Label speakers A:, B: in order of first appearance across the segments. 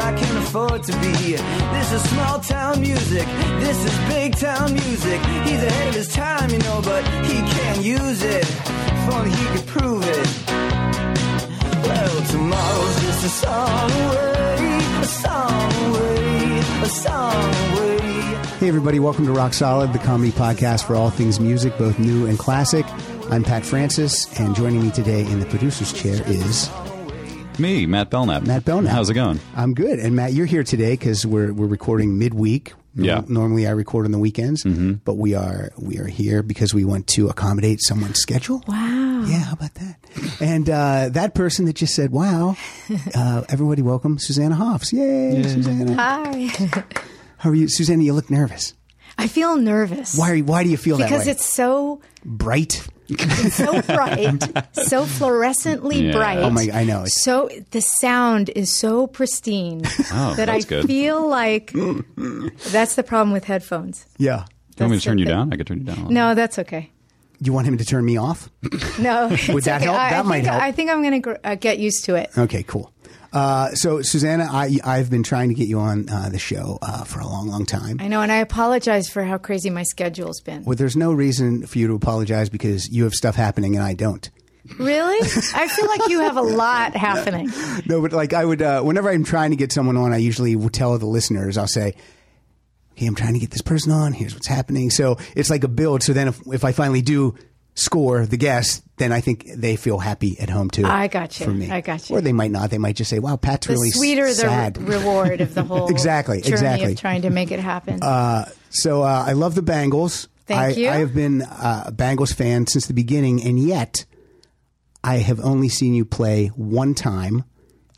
A: afford to be. This is small town music. This is big town music. He's ahead of his time, you know, but he can't use it. If only he could prove it. Well, tomorrow's just a song away, a song away, a song away.
B: Hey, everybody, welcome to Rock Solid, the comedy podcast for all things music, both new and classic. I'm Pat Francis, and joining me today in the producer's chair is
C: Me, Matt Belknap.
B: Matt Belknap.
C: How's it going?
B: I'm good. And Matt, you're here today because we're, we're recording midweek.
C: Yeah. Mm-hmm.
B: Normally I record on the weekends, but we are we are here because we want to accommodate someone's schedule.
D: Wow.
B: Yeah, how about that? And uh, that person that just said, wow, uh, everybody welcome Susanna Hoffs. Yay, Susanna.
D: Hi.
B: How are you? Susanna, you look nervous.
D: I feel nervous.
B: Why, are you, why do you feel that way?
D: Because it's so
B: bright.
D: so bright, so fluorescently
C: Yeah.
D: bright.
C: Oh
B: my- I know. It's-
D: So the sound is so pristine
C: Oh,
D: that I
C: that's good.
D: feel like that's the problem with headphones.
B: Yeah.
C: Do you want me
D: That's
C: to turn
D: the
C: you
D: thing.
C: down? I could turn you down.
D: No, that's okay.
B: You want him to turn me off?
D: No, it's
B: that
D: okay.
B: help?
D: I,
B: That
D: I
B: might
D: think,
B: help.
D: I think I'm going to gr- uh, get used to it.
B: Okay, cool. Uh, so, Susanna, I, I've been trying to get you on uh, the show uh, for a long, long time.
D: I know, and I apologize for how crazy my schedule's been.
B: Well, there's no reason for you to apologize because you have stuff happening and I don't.
D: Really? I feel like you have a lot happening.
B: No, but like I would, uh, whenever I'm trying to get someone on, I usually will tell the listeners, I'll say, okay, I'm trying to get this person on. Here's what's happening. So it's like a build. So then if, if I finally do score the guest, then I think they feel happy at home too.
D: I got you.
B: For me.
D: I got you.
B: Or they might not. They might just say, wow, Pat's
D: The
B: really
D: sweeter
B: sad.
D: the re- reward of the whole
B: Exactly,
D: journey
B: exactly.
D: of trying to make it happen.
B: So uh, I love the Bengals.
D: Thank
B: I,
D: you.
B: I have been uh, a Bengals fan since the beginning, and yet I have only seen you play one time,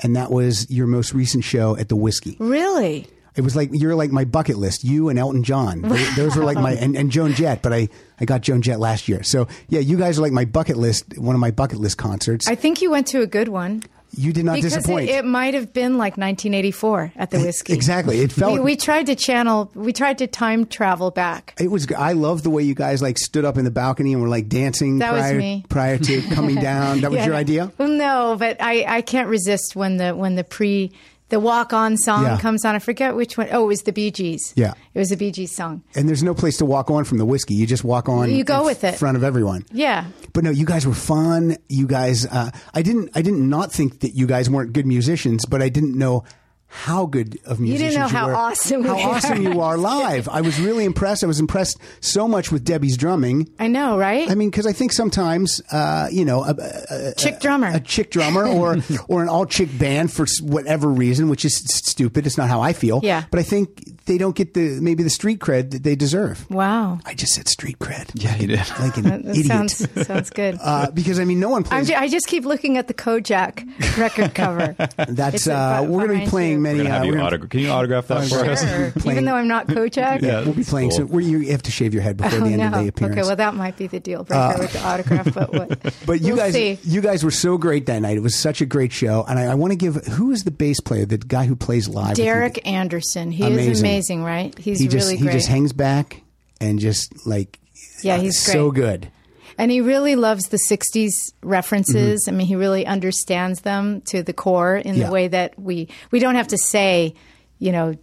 B: and that was your most recent show at the Whiskey.
D: really?
B: It was like you're like my bucket list. You and Elton John. They- Those were like my and, and Joan Jett, but I I got Joan Jett last year. So yeah, you guys are like my bucket list. One of my bucket list concerts.
D: I think you went to a good one.
B: you did not
D: because
B: disappoint.
D: It, it might have been like 1984 at the whiskey.
B: E, exactly. It felt
D: We, we tried to channel, we tried to time travel back.
B: It was. I love the way you guys like stood up in the balcony and were like dancing
D: That was
B: prior
D: me.
B: prior to coming down. That was your idea.
D: Well, no, but I, I can't resist when the when the pre the walk on song
B: Yeah.
D: comes on. I forget which one. Oh, it was the Bee Gees.
B: Yeah.
D: it was the Bee Gees song.
B: And there's no place to walk on from the whiskey. You just walk on.
D: You go
B: in
D: with it.
B: front of everyone.
D: Yeah,
B: But no, you guys were fun. You guys, uh, I didn't, I didn't not think that you guys weren't good musicians, but I didn't know how good of
D: didn't
B: musicians
D: know how
B: were,
D: awesome
B: how
D: we
B: awesome
D: are.
B: you are live. I was really impressed. I was impressed so much with Debbie's drumming.
D: I know, right?
B: I mean, because I think sometimes, uh, you know, a, a,
D: Chick drummer.
B: a chick drummer or or an all chick band for s- whatever reason, which is s- stupid. It's not how I feel.
D: Yeah.
B: But I think they don't get the maybe the street cred that they deserve.
D: wow,
B: I just said street cred.
C: Yeah, you did.
B: Like an
D: that, that
B: idiot.
D: sounds sounds good.
B: uh, because I mean, no one plays.
D: I'm ju- I just keep looking at the Kojak record cover.
B: that's
D: it's
B: uh,
D: about-
B: we're going to be
D: behind
B: playing
D: you.
B: many.
C: We're gonna
B: uh,
C: have you
B: we're gonna- Oh,
C: autograph. Can you autograph that for us?
D: Sure.
B: Playing-
D: Even though I'm not Kojak. Oh,
C: Yeah.
B: We'll be playing.
C: Cool.
B: So we're, you have to shave your head before the end of the appearance. Uh,
D: Okay, well, that might be the deal breaker with the autograph, but what?
B: but you
D: we'll
B: guys,
D: see.
B: you guys were so great that night. It was such a great show, and I, I want to give who is the bass player, the guy who plays live. with you?
D: Derek Anderson, he is
B: Amazing.
D: amazing, right? He's
B: he just
D: really
B: he
D: great,
B: just hangs back and just like uh,
D: Yeah, he's
B: so
D: great.
B: good.
D: and he really loves the '60s references. I mean, he really understands them to the core in
B: Mm-hmm. Yeah.
D: the way that we we don't have to say, you know,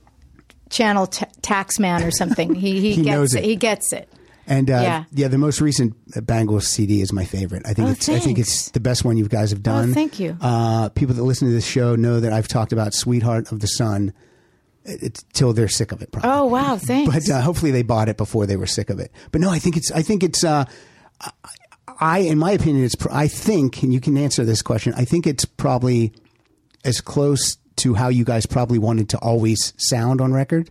D: channel t- Taxman or something. He he,
B: He
D: gets
B: knows it.
D: He gets it.
B: And uh, yeah.
D: Yeah.
B: the most recent Bangles CD is my favorite. I think
D: Oh,
B: it's I think it's
D: thanks. Oh,
B: the best one you guys have done.
D: thank you.
B: Uh, people that listen to this show know that I've talked about "Sweetheart of the Sun" uh, it- it's, till they're sick of it. Probably.
D: Oh wow, thanks.
B: but uh, hopefully they bought it before they were sick of it. But no, I think it's I think it's uh, I- I in my opinion it's pr- I think and you can answer this question. I think it's probably as close to how you guys probably wanted to always sound on record.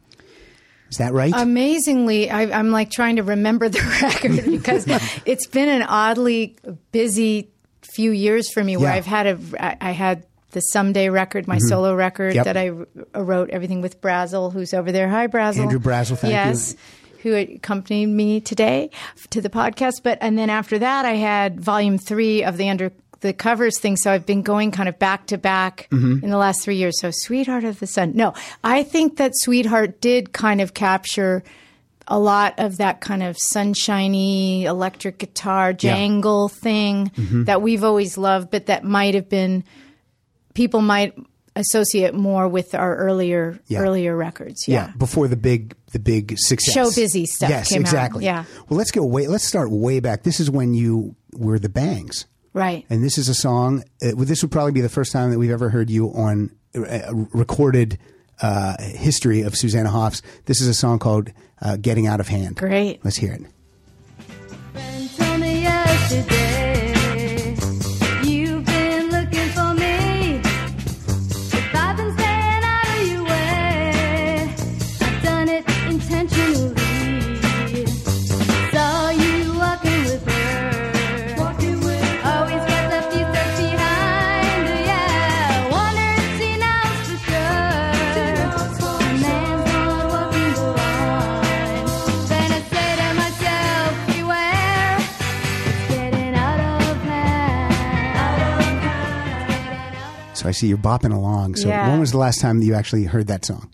B: Is that right?
D: Um, Amazingly, I, I'm like trying to remember the record because it's been an oddly busy few years for me where
B: Yeah. Mm-hmm.
D: I've had a I, I had the someday record, my solo record
B: Yep.
D: that I r- wrote everything with Brazel, who's over there. Hi, Brazel.
B: Andrew Brazel, thank you.
D: yes, who accompanied me today to the podcast. But and then after that, I had volume three of the under the covers thing. So I've been going kind of back to back
B: Mm-hmm.
D: in the last three years. So Sweetheart of the Sun. No, I think that Sweetheart did kind of capture a lot of that kind of sunshiny electric guitar
B: Mm-hmm.
D: jangle thing that we've always loved, but that might have been people might associate more with our earlier
B: Yeah.
D: earlier records. Yeah.
B: before the big the big success
D: Show busy stuff
B: yes
D: came out.
B: exactly
D: Yeah.
B: well let's go way let's start way back this is when you were the bangs
D: Right.
B: and this is a song uh, well, this would probably be the first time that we've ever heard you on uh, uh, recorded uh, history of Susanna Hoffs this is a song called uh, Getting Out of Hand
D: Great.
B: let's hear it
E: friend told me yesterday you've been looking for me. If I've been staying out of your way, I've done it intentionally. Saw you walking with her, walking with her. Always got a few steps behind her, yeah. Wonder if she knows for sure. A man's not walking the line. Then I say to myself, beware, it's getting out of hand.
B: so I see you're bopping along so
D: Yeah.
B: when was the last time that you actually heard that song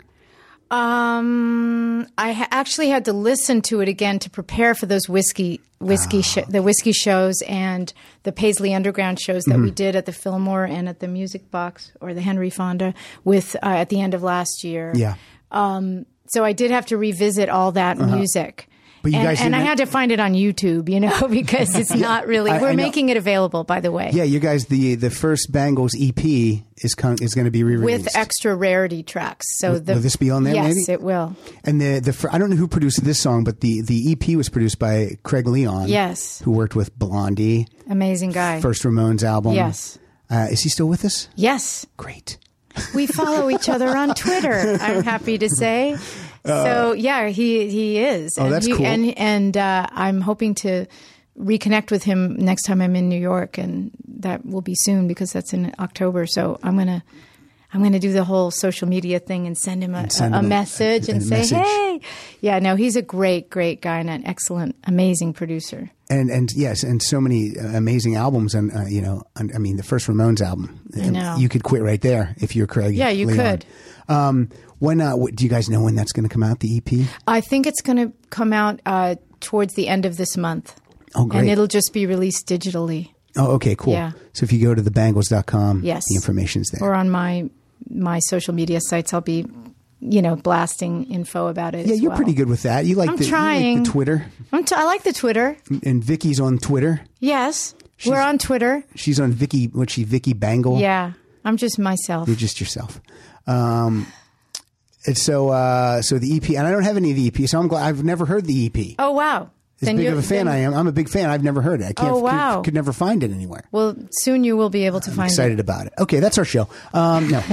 D: Um, I ha- actually had to listen to it again to prepare for those whiskey whiskey
B: Ah.
D: sho- the whiskey shows and the Paisley Underground shows that
B: Mm-hmm.
D: we did at the Fillmore and at the Music Box or the Henry Fonda with uh, at the end of last year.
B: yeah
D: So I did have to revisit all that music.
B: Uh-huh. But you
D: and
B: guys
D: and I
B: didn't-
D: had to find it on YouTube, you know, because it's not really.
B: I- I
D: we're
B: know.
D: making it available, by the way,
B: yeah you guys the the first Bangles EP is con- is going to be re-released
D: with extra rarity tracks. So the,
B: will this be on there,
D: Yes,
B: maybe?
D: it will.
B: And the the fir- I don't know who produced this song, but the the EP was produced by Craig Leon.
D: Yes.
B: who worked with Blondie,
D: Amazing guy.
B: first Ramones album.
D: Yes.
B: uh, is he still with us?
D: Yes.
B: Great.
D: we follow each other on Twitter. I'm happy to say. So yeah, he he is. Oh, and
B: Uh, that's
D: he,
B: cool.
D: And and uh, I'm hoping to reconnect with him next time I'm in New York, and that will be soon because that's in October. So I'm gonna. I'm going to do the whole social media thing and send him a,
B: send
D: a,
B: him a-
D: message and
B: a
D: say,
B: message.
D: "Hey, yeah, no, he's a great, great guy and an excellent, amazing producer."
B: And and yes, and so many uh, amazing albums, and uh, you know, and, I mean, the first Ramones album.
D: know.
B: You could quit right there if you're Craig.
D: Yeah, you
B: Leon.
D: could.
B: Um, when uh, what, do you guys know when that's going to come out? The E EP.
D: I think it's going to come out uh, towards the end of this month,
B: Oh, great.
D: and it'll just be released digitally.
B: Oh, okay, cool.
D: Yeah.
B: So if you go to thebangles.com,
D: Yes.
B: the information's there.
D: or on my my social media sites i'll be you know blasting info about it
B: yeah,
D: as
B: you're
D: well.
B: pretty good with that. You like
D: I'm
B: the, you like the
D: trying.
B: Twitter,
D: I'm t- i like the twitter
B: and Vicky's on Twitter.
D: yes we're on twitter
B: She's on Vicky. What's she? Vicky Bangle.
D: yeah i'm just myself
B: You're just yourself. Um, and so, uh, so the EP, and I don't have any of the EP, so I'm glad I've never heard the E EP.
D: oh wow
B: as big of a fan I am, I'm a big fan. I've never heard it. I can't.
D: Oh,
B: could-
D: wow.
B: Could, never find it anywhere.
D: well soon you will be able to find
B: Excited about it. Okay, that's our show. Um, no.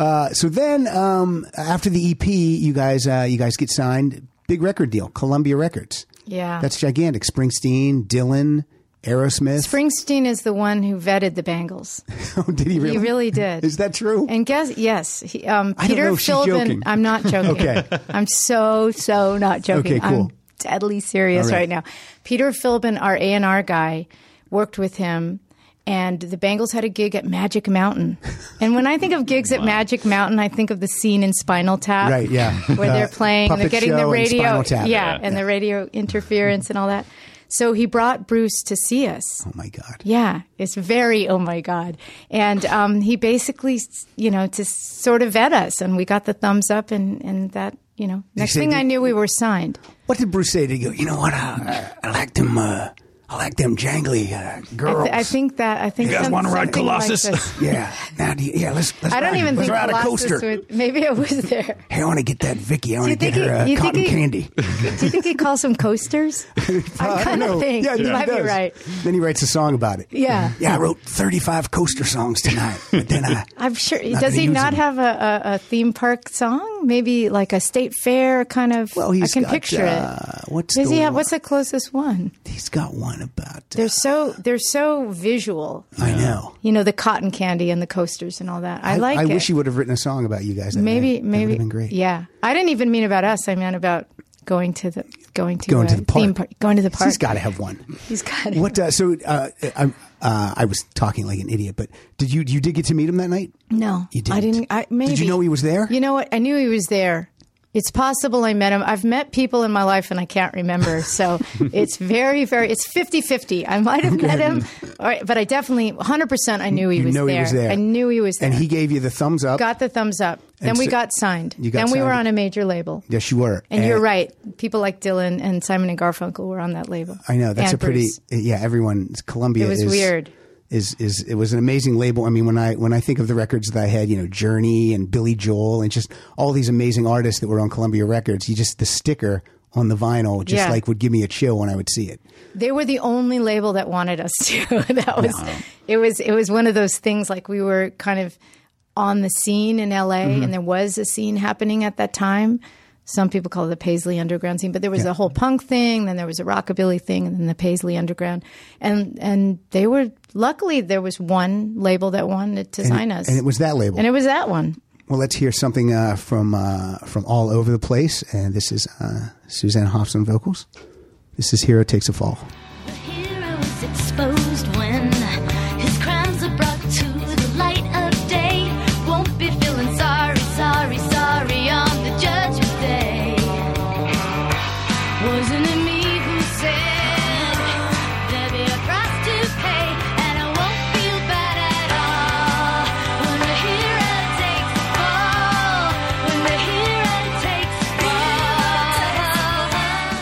B: uh, so then, um, after the EP, you guys, uh, you guys get signed. Big record deal, Columbia Records.
D: it yeah
B: That's gigantic. Springsteen, Dylan, Aerosmith.
D: springsteen is the one who vetted the bangles
B: Oh, did he really?
D: he really did
B: Is that true?
D: and guess yes he, um,
B: I don't
D: peter
B: know if she's
D: philbin
B: joking.
D: i'm not joking
B: Okay.
D: i'm so so not joking
B: Okay, cool.
D: i'm deadly serious
B: All right.
D: right. now peter philbin our a&r guy worked with him and the bangles had a gig at magic mountain and when i think of gigs at magic mountain i think of the scene in spinal tap
B: Right, yeah.
D: where
B: Uh,
D: they're playing and they're
B: Puppet
D: getting the
B: Show and
D: radio
B: Spinal Tap.
D: yeah
B: Yeah.
D: and the radio interference and all that so he brought bruce to see us
B: oh my God.
D: yeah, it's very oh my god. And um, he basically, you know, to sort of vet us, and we got the thumbs up, and and that, you know, next
B: say
D: thing
B: that-
D: I knew, we were signed.
B: What did Bruce say to you? You know what? I, I, I like them. Uh, I like them jangly uh,
D: I,
B: girls.
D: th- I think that I think
C: You guys
D: some-
C: wanna ride
D: something like
C: Colossus?
D: this.
B: yeah. Now, do you, yeah. Let's. let's
D: I don't
B: ride,
D: even
B: let's
D: think
B: ride
D: Colossus
B: a coaster.
D: would. Maybe it was there.
B: Hey, I want to get that Vicky. I want to
D: you
B: get
D: think
B: her
D: he-
B: uh,
D: you think
B: cotton
D: he-
B: candy.
D: Do you think he calls them coasters? I kind of think
B: Yeah,
D: you
B: he
D: might be
B: does.
D: right.
B: Then he writes a song about it.
D: Yeah.
B: Yeah, I wrote 35 coaster songs tonight, but then I
D: I'm sure.
B: not gonna
D: does he
B: use
D: not
B: them.
D: have a, a, a theme park song? Maybe like a state fair kind of.
B: Well, he's
D: I can
B: got,
D: picture
B: uh,
D: it.
B: what's
D: does
B: the
D: he have?
B: one-
D: What's the closest one?
B: he's got one about. Uh,
D: They're so they're so visual.
B: I know.
D: You know the cotton candy and the coasters and all that. I, like
B: I
D: it.
B: wish he would have written a song about you guys. That night.
D: maybe
B: That would
D: maybe
B: have been great.
D: Yeah, I didn't even mean about us. I meant about going to the going to
B: Going to
D: a
B: the park.
D: theme park. Going to the park.
B: He's got to have one.
D: He's got it.
B: What? Uh, so uh, I'm, uh, I was talking like an idiot, but did you you did get to meet him that night?
D: No,
B: You didn't.
D: I didn't. I, maybe.
B: Did you know he was there?
D: You know what? I knew he was there. It's possible I met him. I've met people in my life and I can't remember. So it's very, very, it's 50 50. I might have met him, or, but I definitely, 100% I knew he,
B: You
D: was,
B: know
D: there.
B: he was there.
D: I knew he was there.
B: And he gave you the thumbs up.
D: got the thumbs up. Then
B: And
D: we
B: so-
D: got signed.
B: You got
D: then we were
B: signed.
D: on a major label.
B: yes, you were.
D: And, you're right. People like Dylan and Simon and Garfunkel were on that label.
B: I know that's
D: And
B: a pretty
D: Bruce.
B: yeah. Everyone, Columbia.
D: It was
B: is,
D: weird.
B: Is is it was an amazing label. I mean, when I when I think of the records that I had, you know, Journey and Billy Joel and just all these amazing artists that were on Columbia Records. You just the sticker on the vinyl just
D: Yeah.
B: like would give me a chill when I would see it.
D: They were the only label that wanted us to. that was it was it was one of those things like we were kind of on the scene in LA
B: Mm-hmm.
D: and there was a scene happening at that time. Some people call it the Paisley Underground scene, but there was a whole punk thing, then there was a rockabilly thing, and then the Paisley Underground. And and they were luckily there was one label that wanted to sign us.
B: And it was that label.
D: and it was that one.
B: well, let's hear something uh, from uh, from all over the place. And this is uh, Suzanne Hoff's on vocals. This is Hero Takes a Fall.
E: The hero's exposed when his crimes are brought to the light of day. Won't be feeling sorry, sorry, sorry on the judgment day. Wasn't it me who said there'd be a price to pay, and I won't feel bad at all when the hero takes the fall. When the hero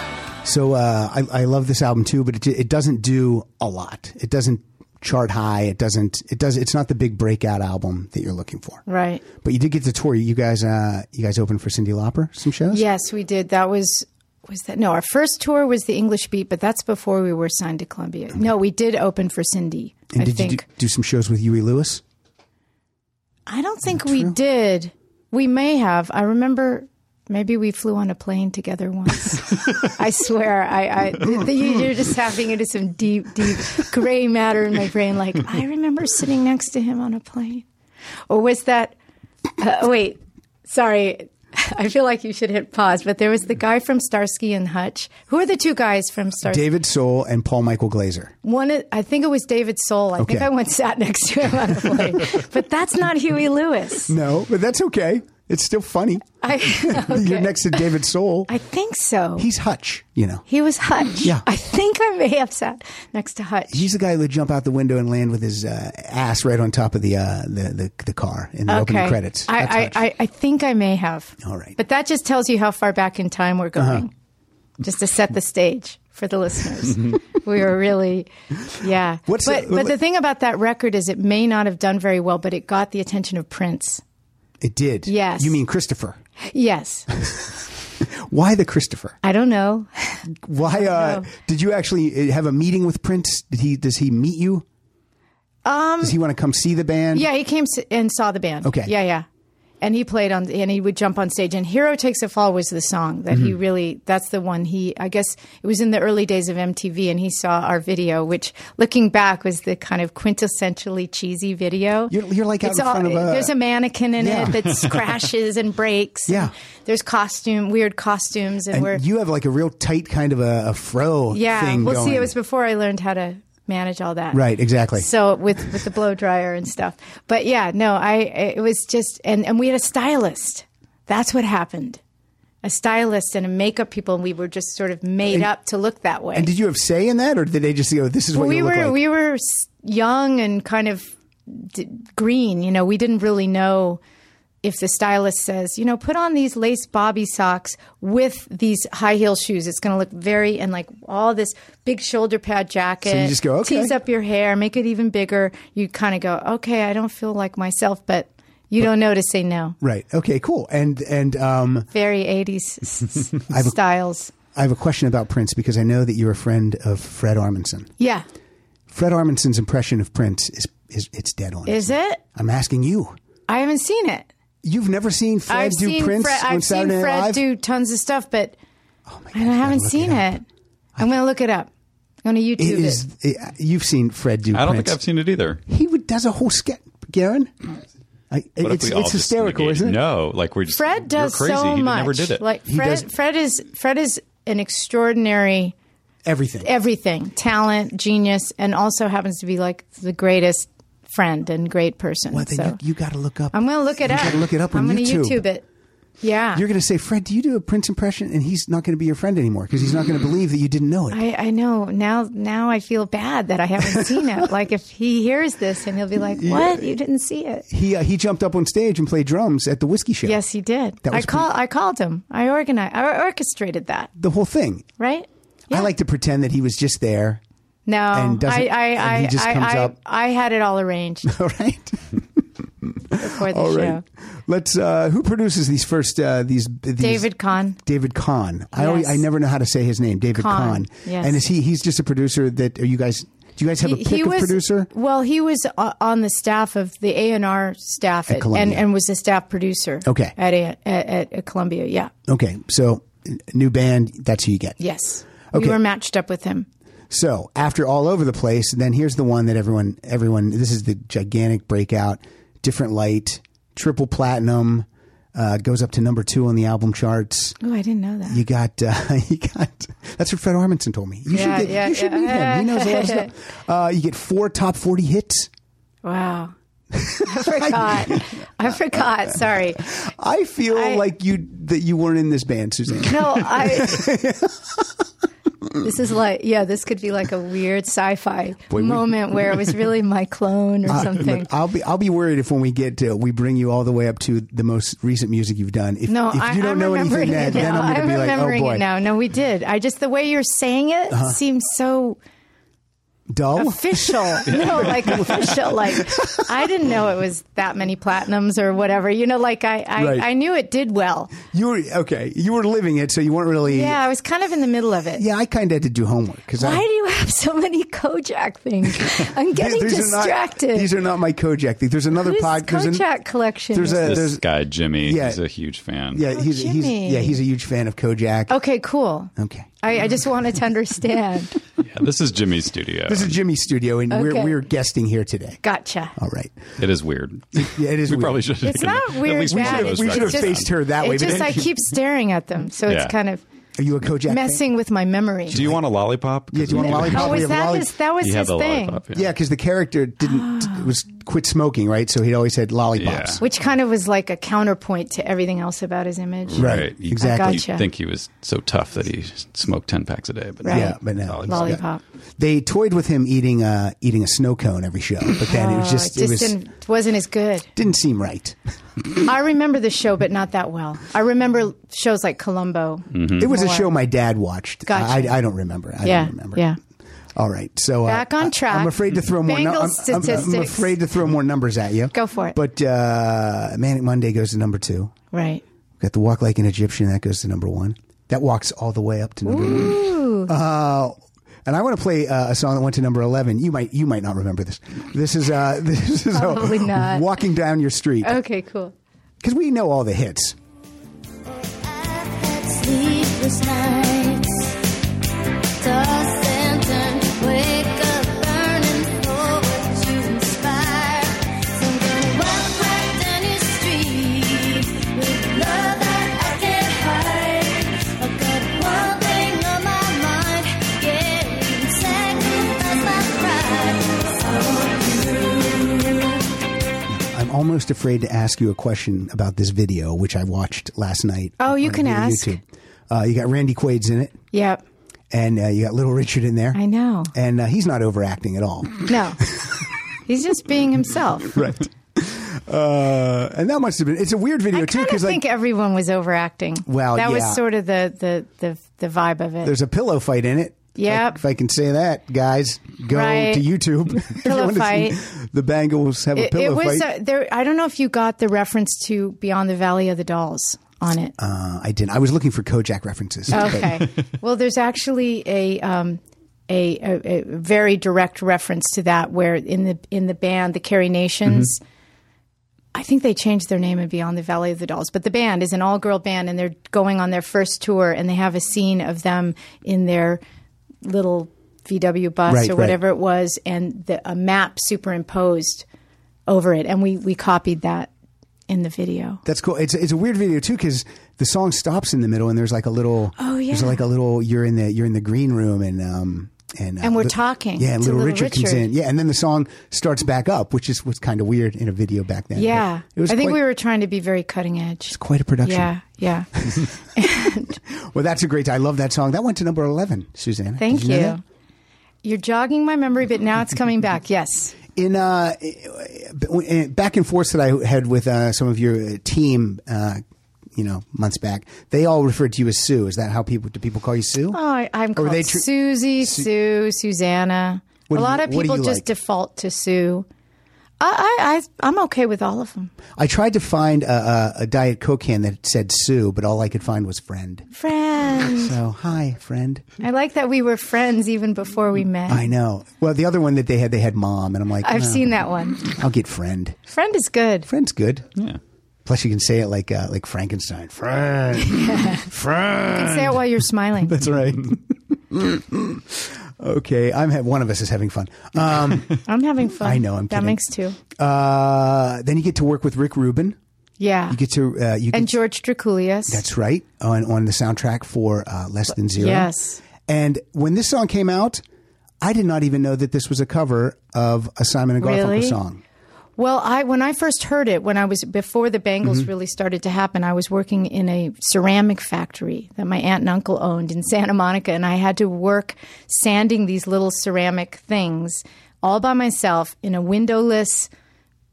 E: takes the fall.
B: So uh, I, I love this album too, but it, it doesn't do a lot. It doesn't chart high. It doesn't. It does. It's not the big breakout album that you're looking for.
D: Right.
B: But you did get to tour. You guys, uh, you guys opened for Cindy Lauper some shows.
D: Yes, we did. That was was that no, our first tour was the English Beat, but that's before we were signed to Columbia. No, we did open for Cindy.
B: And
D: I
B: did
D: think
B: you do, do some shows with Huey Lewis?
D: I don't think we did. We may have. I remember maybe we flew on a plane together once. I swear. I, I th- th- you- you're just tapping into some deep, deep gray matter in my brain. Like I remember sitting next to him on a plane, or was that? Uh, wait, sorry. I feel like you should hit pause. But there was the guy from Starsky and Hutch. Who are the two guys from Starsky?
B: David Soul and Paul Michael Glazer.
D: One, of- I think it was David Soul. I think
B: Okay.
D: I once sat next to him on a plane. but that's not Huey Lewis.
B: No, but that's okay. It's still funny.
D: I,
B: You're
D: okay.
B: next to David Soul.
D: I think so.
B: He's Hutch. You know,
D: he was Hutch.
B: Yeah.
D: I think I may have sat next to Hutch.
B: he's the guy who would jump out the window and land with his uh, ass right on top of the uh, the, the the car in the opening credits. That's
D: I,
B: Hutch.
D: I, I, I think I may have.
B: All right. Uh-huh.
D: But that just tells you how far back in time we're going, just to set the stage for the listeners. we were really, yeah.
B: Mm-hmm. What's
D: but,
B: the-
D: but the thing about that record is it may not have done very well, but it got the attention of Prince.
B: it did.
D: Yes.
B: You mean Christopher?
D: Yes.
B: Why the Christopher?
D: I don't know.
B: Why uh,
D: know.
B: did you actually uh, have a meeting with Prince? Did he does he meet you? Um, does he want to come see the band?
D: Yeah, he came s- and saw the band.
B: Okay.
D: Yeah, yeah. And he played on, and he would jump on stage. And "Hero Takes a Fall" was the song that
B: Mm-hmm.
D: he really. That's the one he. I guess it was in the early days of MTV, and he saw our video, which, looking back, was the kind of quintessentially cheesy video.
B: You're- you're like out in front of a-
D: There's a mannequin in
B: Yeah.
D: it that crashes and breaks.
B: Yeah.
D: And there's costume, weird costumes, and,
B: And
D: we're
B: you have like a real tight kind of a, a fro.
D: yeah.
B: thing
D: well, see,
B: going.
D: it was before I learned how to manage all that.
B: right. Exactly.
D: So with with the blow dryer and stuff. But yeah, no, I it was just and and we had a stylist. That's what happened. A stylist and a makeup people, and we were just sort of made up to look that way.
B: and did you have say in that, or did they just go, "This is what
D: we
B: you
D: were
B: look like"?
D: we were s- young and kind of d- green. You know, we didn't really know. If the stylist says, you know, put on these lace bobby socks with these high heel shoes, it's going to look very and like all this big shoulder pad jacket.
B: So you just go, okay.
D: tease up your hair, make it even bigger. You kind of go, okay, I don't feel like myself, but you don't know to say no.
B: right. Okay. Cool. And and um,
D: Very eighties styles.
B: I have a question about Prince because I know that you're a friend of Fred Armisen.
D: Yeah,
B: Fred Armisen's impression of Prince is is it's dead on.
D: is it?
B: I'm asking you.
D: I haven't seen it.
B: You've never seen Fred
D: I've
B: do
D: seen
B: Prince
D: Fred,
B: on
D: I've
B: Saturday
D: seen
B: Night
D: Fred
B: Live?
D: do tons of stuff, but
B: oh my God,
D: I
B: you gotta
D: haven't
B: look
D: seen
B: up.
D: it. I'm going to look it up. I'm going to YouTube
B: It
D: it.
B: is. It, you've seen Fred do.
C: I don't
B: Prince.
C: think I've seen it either.
B: He would, does a whole skit, Garen. I,
C: What if
B: it's
C: we all
B: it's
C: just
B: hysterical,
C: negate-
B: isn't it?
C: No, like we're just
D: Fred
C: you're
D: does
C: crazy.
D: so
C: he
D: much.
C: Never did it.
D: Like
B: He
D: Fred,
B: does-
D: Fred is Fred is an extraordinary
B: Everything.
D: everything, talent, genius, and also happens to be like the greatest friend and great person.
B: well, then
D: so
B: you, you got to look up.
D: I'm going to look it
B: you
D: up.
B: gotta look it up on
D: I'm gonna
B: YouTube.
D: YouTube it. Yeah.
B: You're going to say, Fred, do you do a Prince impression? And he's not going to be your friend anymore because he's not going to believe that you didn't know it.
D: I, I know now. Now I feel bad that I haven't seen it. like if he hears this, and he'll be like, "What? You didn't see it?"
B: he uh, he jumped up on stage and played drums at the whiskey show.
D: Yes, he did.
B: That
D: I
B: was
D: call. I called him. I organized. I orchestrated that.
B: the whole thing.
D: Right.
B: I like to pretend that he was just there.
D: No,
B: and doesn't-
D: I, I,
B: and he
D: I,
B: just
D: I,
B: comes
D: I,
B: up.
D: I had it all arranged
B: All right.
D: before the
B: All
D: show.
B: right. Let's. Uh, who produces these first? Uh, these, these
D: David Kahn.
B: David Kahn. I always,
D: Yes.
B: I never know how to say his name. David Kahn.
D: Kahn, yes.
B: And is he? He's just a producer. That are you guys? Do you guys have a pick of producer?
D: Well, he was o- on the staff of the A and R staff at, and
B: Columbia.
D: and was a staff producer.
B: Okay.
D: At A, at, at Columbia, yeah,
B: Okay, so n- new band. That's who you get.
D: yes.
B: Okay.
D: We were matched up with him.
B: So after all over the place, then here's the one that everyone, everyone. This is the gigantic breakout. Different light, triple platinum, uh, goes up to number two on the album charts.
D: Oh, I didn't know that.
B: You got, uh, you got. That's what Fred Armisen told me. You
D: Yeah,
B: should, get,
D: yeah,
B: you should
D: yeah.
B: meet him. He knows a lot of stuff. Uh, you get four top forty hits.
D: wow. I forgot. I forgot. Sorry.
B: I feel
D: I-
B: like you that you weren't in this band, Suzanne.
D: No, I. this is like, yeah, this could be like a weird sci-fi moment where it was really my clone
B: Uh,
D: or something.
B: Look, I'll be I'll be worried if when we get to, we bring you all the way up to the most recent music you've done. If,
D: No,
B: if you
D: I,
B: don't
D: I'm
B: know
D: remembering
B: anything, then,
D: it
B: then
D: now.
B: I'm going to be like, oh
D: remembering
B: boy, Uh-huh.
D: it now. No, we did. I just the way you're saying it seems so
B: dull.
D: official. No, like official. Like I didn't know it was that many platinums or whatever. You know, like I I,
B: Right.
D: I knew it did well.
B: You were okay. You were living it, so you weren't really.
D: Yeah, I was kind of in the middle of it.
B: Yeah, I kind of had to do homework because
D: Why
B: I.
D: do you have so many Kojak things? I'm getting
B: Are
D: distracted.
B: not, these are not my Kojak. things. There's another
D: Whose
B: podcast.
D: Kojak collection.
B: There's
D: is
B: a
C: This
B: Uh, there's
C: guy Jimmy,
B: Yeah.
C: he's a huge fan.
B: yeah he's, he's
D: Oh, Jimmy.
B: yeah he's a huge fan of Kojak.
D: Okay, cool.
B: Okay.
D: I, I just wanted to understand.
C: Yeah, this is Jimmy's studio.
B: This is Jimmy's studio, and we're
D: Okay.
B: we're guesting here today.
D: Gotcha.
B: All right.
C: it is weird.
B: Yeah, it is.
C: we
B: weird.
C: probably should. have
D: It's
C: taken-
D: not weird.
C: At least one
D: bad.
C: of those
B: we should have
C: records
D: It's just-
B: faced her that way,
D: It's
B: but
D: just
B: then
D: I
B: she-
D: keep staring at them, so
C: Yeah.
D: it's kind of
B: Are you a Kojak fan?
D: messing with my memory.
C: Do you want a lollipop?
B: Yeah, do you want a lollipop?
D: Oh,
B: We
D: was
B: have
D: that
B: lolli-
D: his? That was
C: You have
D: his
C: the
D: thing.
C: lollipop.
B: Yeah, because the character didn't was quit smoking, right? So he'd always had lollipops.
C: Yeah.
D: Which kind of was like a counterpoint to everything else about his image.
B: Right.
C: You-
B: exactly.
D: Gotcha.
C: You think he was so tough that he smoked ten packs a day, but
D: Right.
B: Yeah, but no,
D: Lollipop.
B: They toyed with him eating uh, eating a snow cone every show, but then it was
D: Oh, It
B: just
D: just
B: it was didn't,
D: didn't, wasn't as good.
B: seem right.
D: I remember the show, but not that well. I remember shows like Columbo.
C: Mm-hmm. Hmm.
B: It was a
D: More.
B: show my dad watched.
D: Gotcha.
B: I, I don't remember. I
D: Yeah,
B: don't remember.
D: yeah.
B: All right, so uh,
D: Back on
B: I-
D: track.
B: I'm afraid to throw more.
D: Bengal
B: I'm- I'm, I'm,
D: statistics.
B: afraid to throw more numbers at you.
D: Go for it.
B: But uh, Manic Monday goes to number two.
D: Right.
B: We've got the Walk Like an Egyptian that goes to number one. That walks all the way up to number one. Uh,
D: Ooh.
B: And I want to play uh, a song that went to number eleven. You might you might not remember this. This is uh, this is uh,
D: Probably not. Oh.
B: walking down your street
D: okay. Cool.
B: because we know all the hits.
E: I've had sleepless nights, toss and turn, wake up burning for what you inspire. So I'm gonna walk right down your street with love that I can't hide. I've got one thing on my mind, yeah, sacrifice my pride.
B: I'm almost afraid to ask you a question about this video, which I watched last night.
D: Oh, you
B: on
D: can
B: your
D: ask.
B: YouTube. Uh, you got Randy Quaid's in it,
D: Yep.
B: and uh, you got Little Richard in there.
D: I know.
B: And uh, he's not overacting at all.
D: No. He's just being himself.
B: right. Uh, and that must have been. It's a weird video
D: I
B: too,
D: kind of
B: because like
D: think everyone was overacting.
B: Well,
D: that
B: yeah.
D: was sort of the the the, the vibe of it.
B: there's a pillow fight in it. If I-
D: Yep.
B: If I can say that, guys, go
D: Right.
B: to YouTube. if you
D: Pillow
B: want to
D: fight.
B: see the Bengals have a
D: it,
B: pillow
D: it was
B: fight.
D: uh, there. I don't know if you got the reference to Beyond the Valley of the Dolls on it.
B: uh, I didn't. I was looking for Kojak
D: Oh,
B: references.
D: Okay. well, there's actually a, um, a, a a very direct reference to that, where in the in the band, the Carrie Nations.
B: Mm-hmm.
D: I think they changed their name and Beyond the Valley of the Dolls, but the band is an all girl band, and they're going on their first tour, and they have a scene of them in their little VW bus
B: Right,
D: or
B: right.
D: whatever it was, and the, a map superimposed over it, and we we copied that in the video.
B: That's cool. It's it's a weird video too because the song stops in the middle and there's like a little.
D: Oh, yeah.
B: There's like a little. You're in the you're in the green room and um. And, uh,
D: And we're
B: Li-
D: talking
B: Yeah, and
D: to
B: Little,
D: Little
B: Richard, comes
D: Richard.
B: in. Yeah, and then the song starts back up, which is what's kind of weird in a video back then.
D: Yeah.
B: But it was
D: I think
B: quite,
D: we were trying to be very cutting edge.
B: quite a production.
D: Yeah. Yeah.
B: Well, that's a great. I love that song. That went to number eleven, Susanna.
D: Thank
B: Did you. know
D: you.
B: that?
D: You're jogging my memory, but now it's coming back. Yes.
B: in uh, in- back and forth that I had with uh, some of your uh, team, uh, you know, months back, they all referred to you as Sue. Is that how people do people call you Sue?
D: Oh, I, I'm
B: Or
D: called
B: they tr-
D: Susie, Sue, Susanna.
B: What
D: a
B: do
D: lot
B: you-
D: of
B: what do
D: people
B: you
D: just
B: like?
D: default to Sue. I, I, I, I'm okay with all of them.
B: I tried to find a, a, a diet coke can that said Sue, but all I could find was friend.
D: Friends.
B: So hi, friend.
D: I like that we were friends even before we met.
B: I know. Well, the other one that they had, they had mom, and I'm like,
D: I've
B: "No,
D: seen that one.
B: I'll get friend.
D: Friend is good.
B: Friend's good.
C: Yeah.
B: Plus, you can say it like uh, like Frankenstein. Friend, friend.
D: Say it while you're smiling.
B: That's right. okay, I'm ha- one of us is having fun. Um,
D: I'm having fun.
B: I know, I'm
D: That
B: kidding.
D: makes two.
B: uh, then you get to work with Rick Rubin.
D: Yeah.
B: You get to uh, you
D: and
B: get,
D: George Draculius.
B: that's right on on the soundtrack for uh, Less Than Zero.
D: Yes.
B: And when this song came out, I did not even know that this was a cover of a Simon and Garfunkel
D: Really?
B: song.
D: Well, I when I first heard it, when I was before the Bangles
B: Mm-hmm.
D: really started to happen, I was working in a ceramic factory that my aunt and uncle owned in Santa Monica, and I had to work sanding these little ceramic things all by myself in a windowless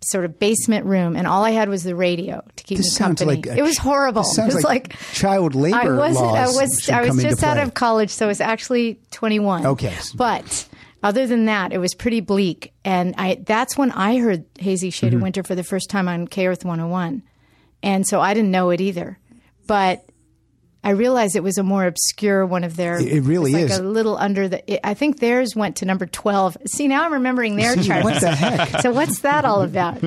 D: sort of basement room, and all I had was the radio to keep
B: This
D: me
B: sounds
D: company.
B: like a-
D: it was horrible.
B: this sounds
D: it was
B: like
D: like,
B: child labor
D: I wasn't.
B: laws
D: I was.
B: should
D: I
B: come
D: was
B: into
D: just out
B: play.
D: of college, so I was actually 21.
B: Okay.
D: But other than that, it was pretty bleak. And I that's when I heard Hazy Shade
B: Mm-hmm.
D: of Winter for the first time on K Earth 101. And so I didn't know it either. But I realized it was a more obscure one of their.
B: It- it really
D: was like
B: is.
D: a little under the. It, I think theirs went to number 12. See, now I'm remembering their chart.
B: What the heck?
D: so what's that all about?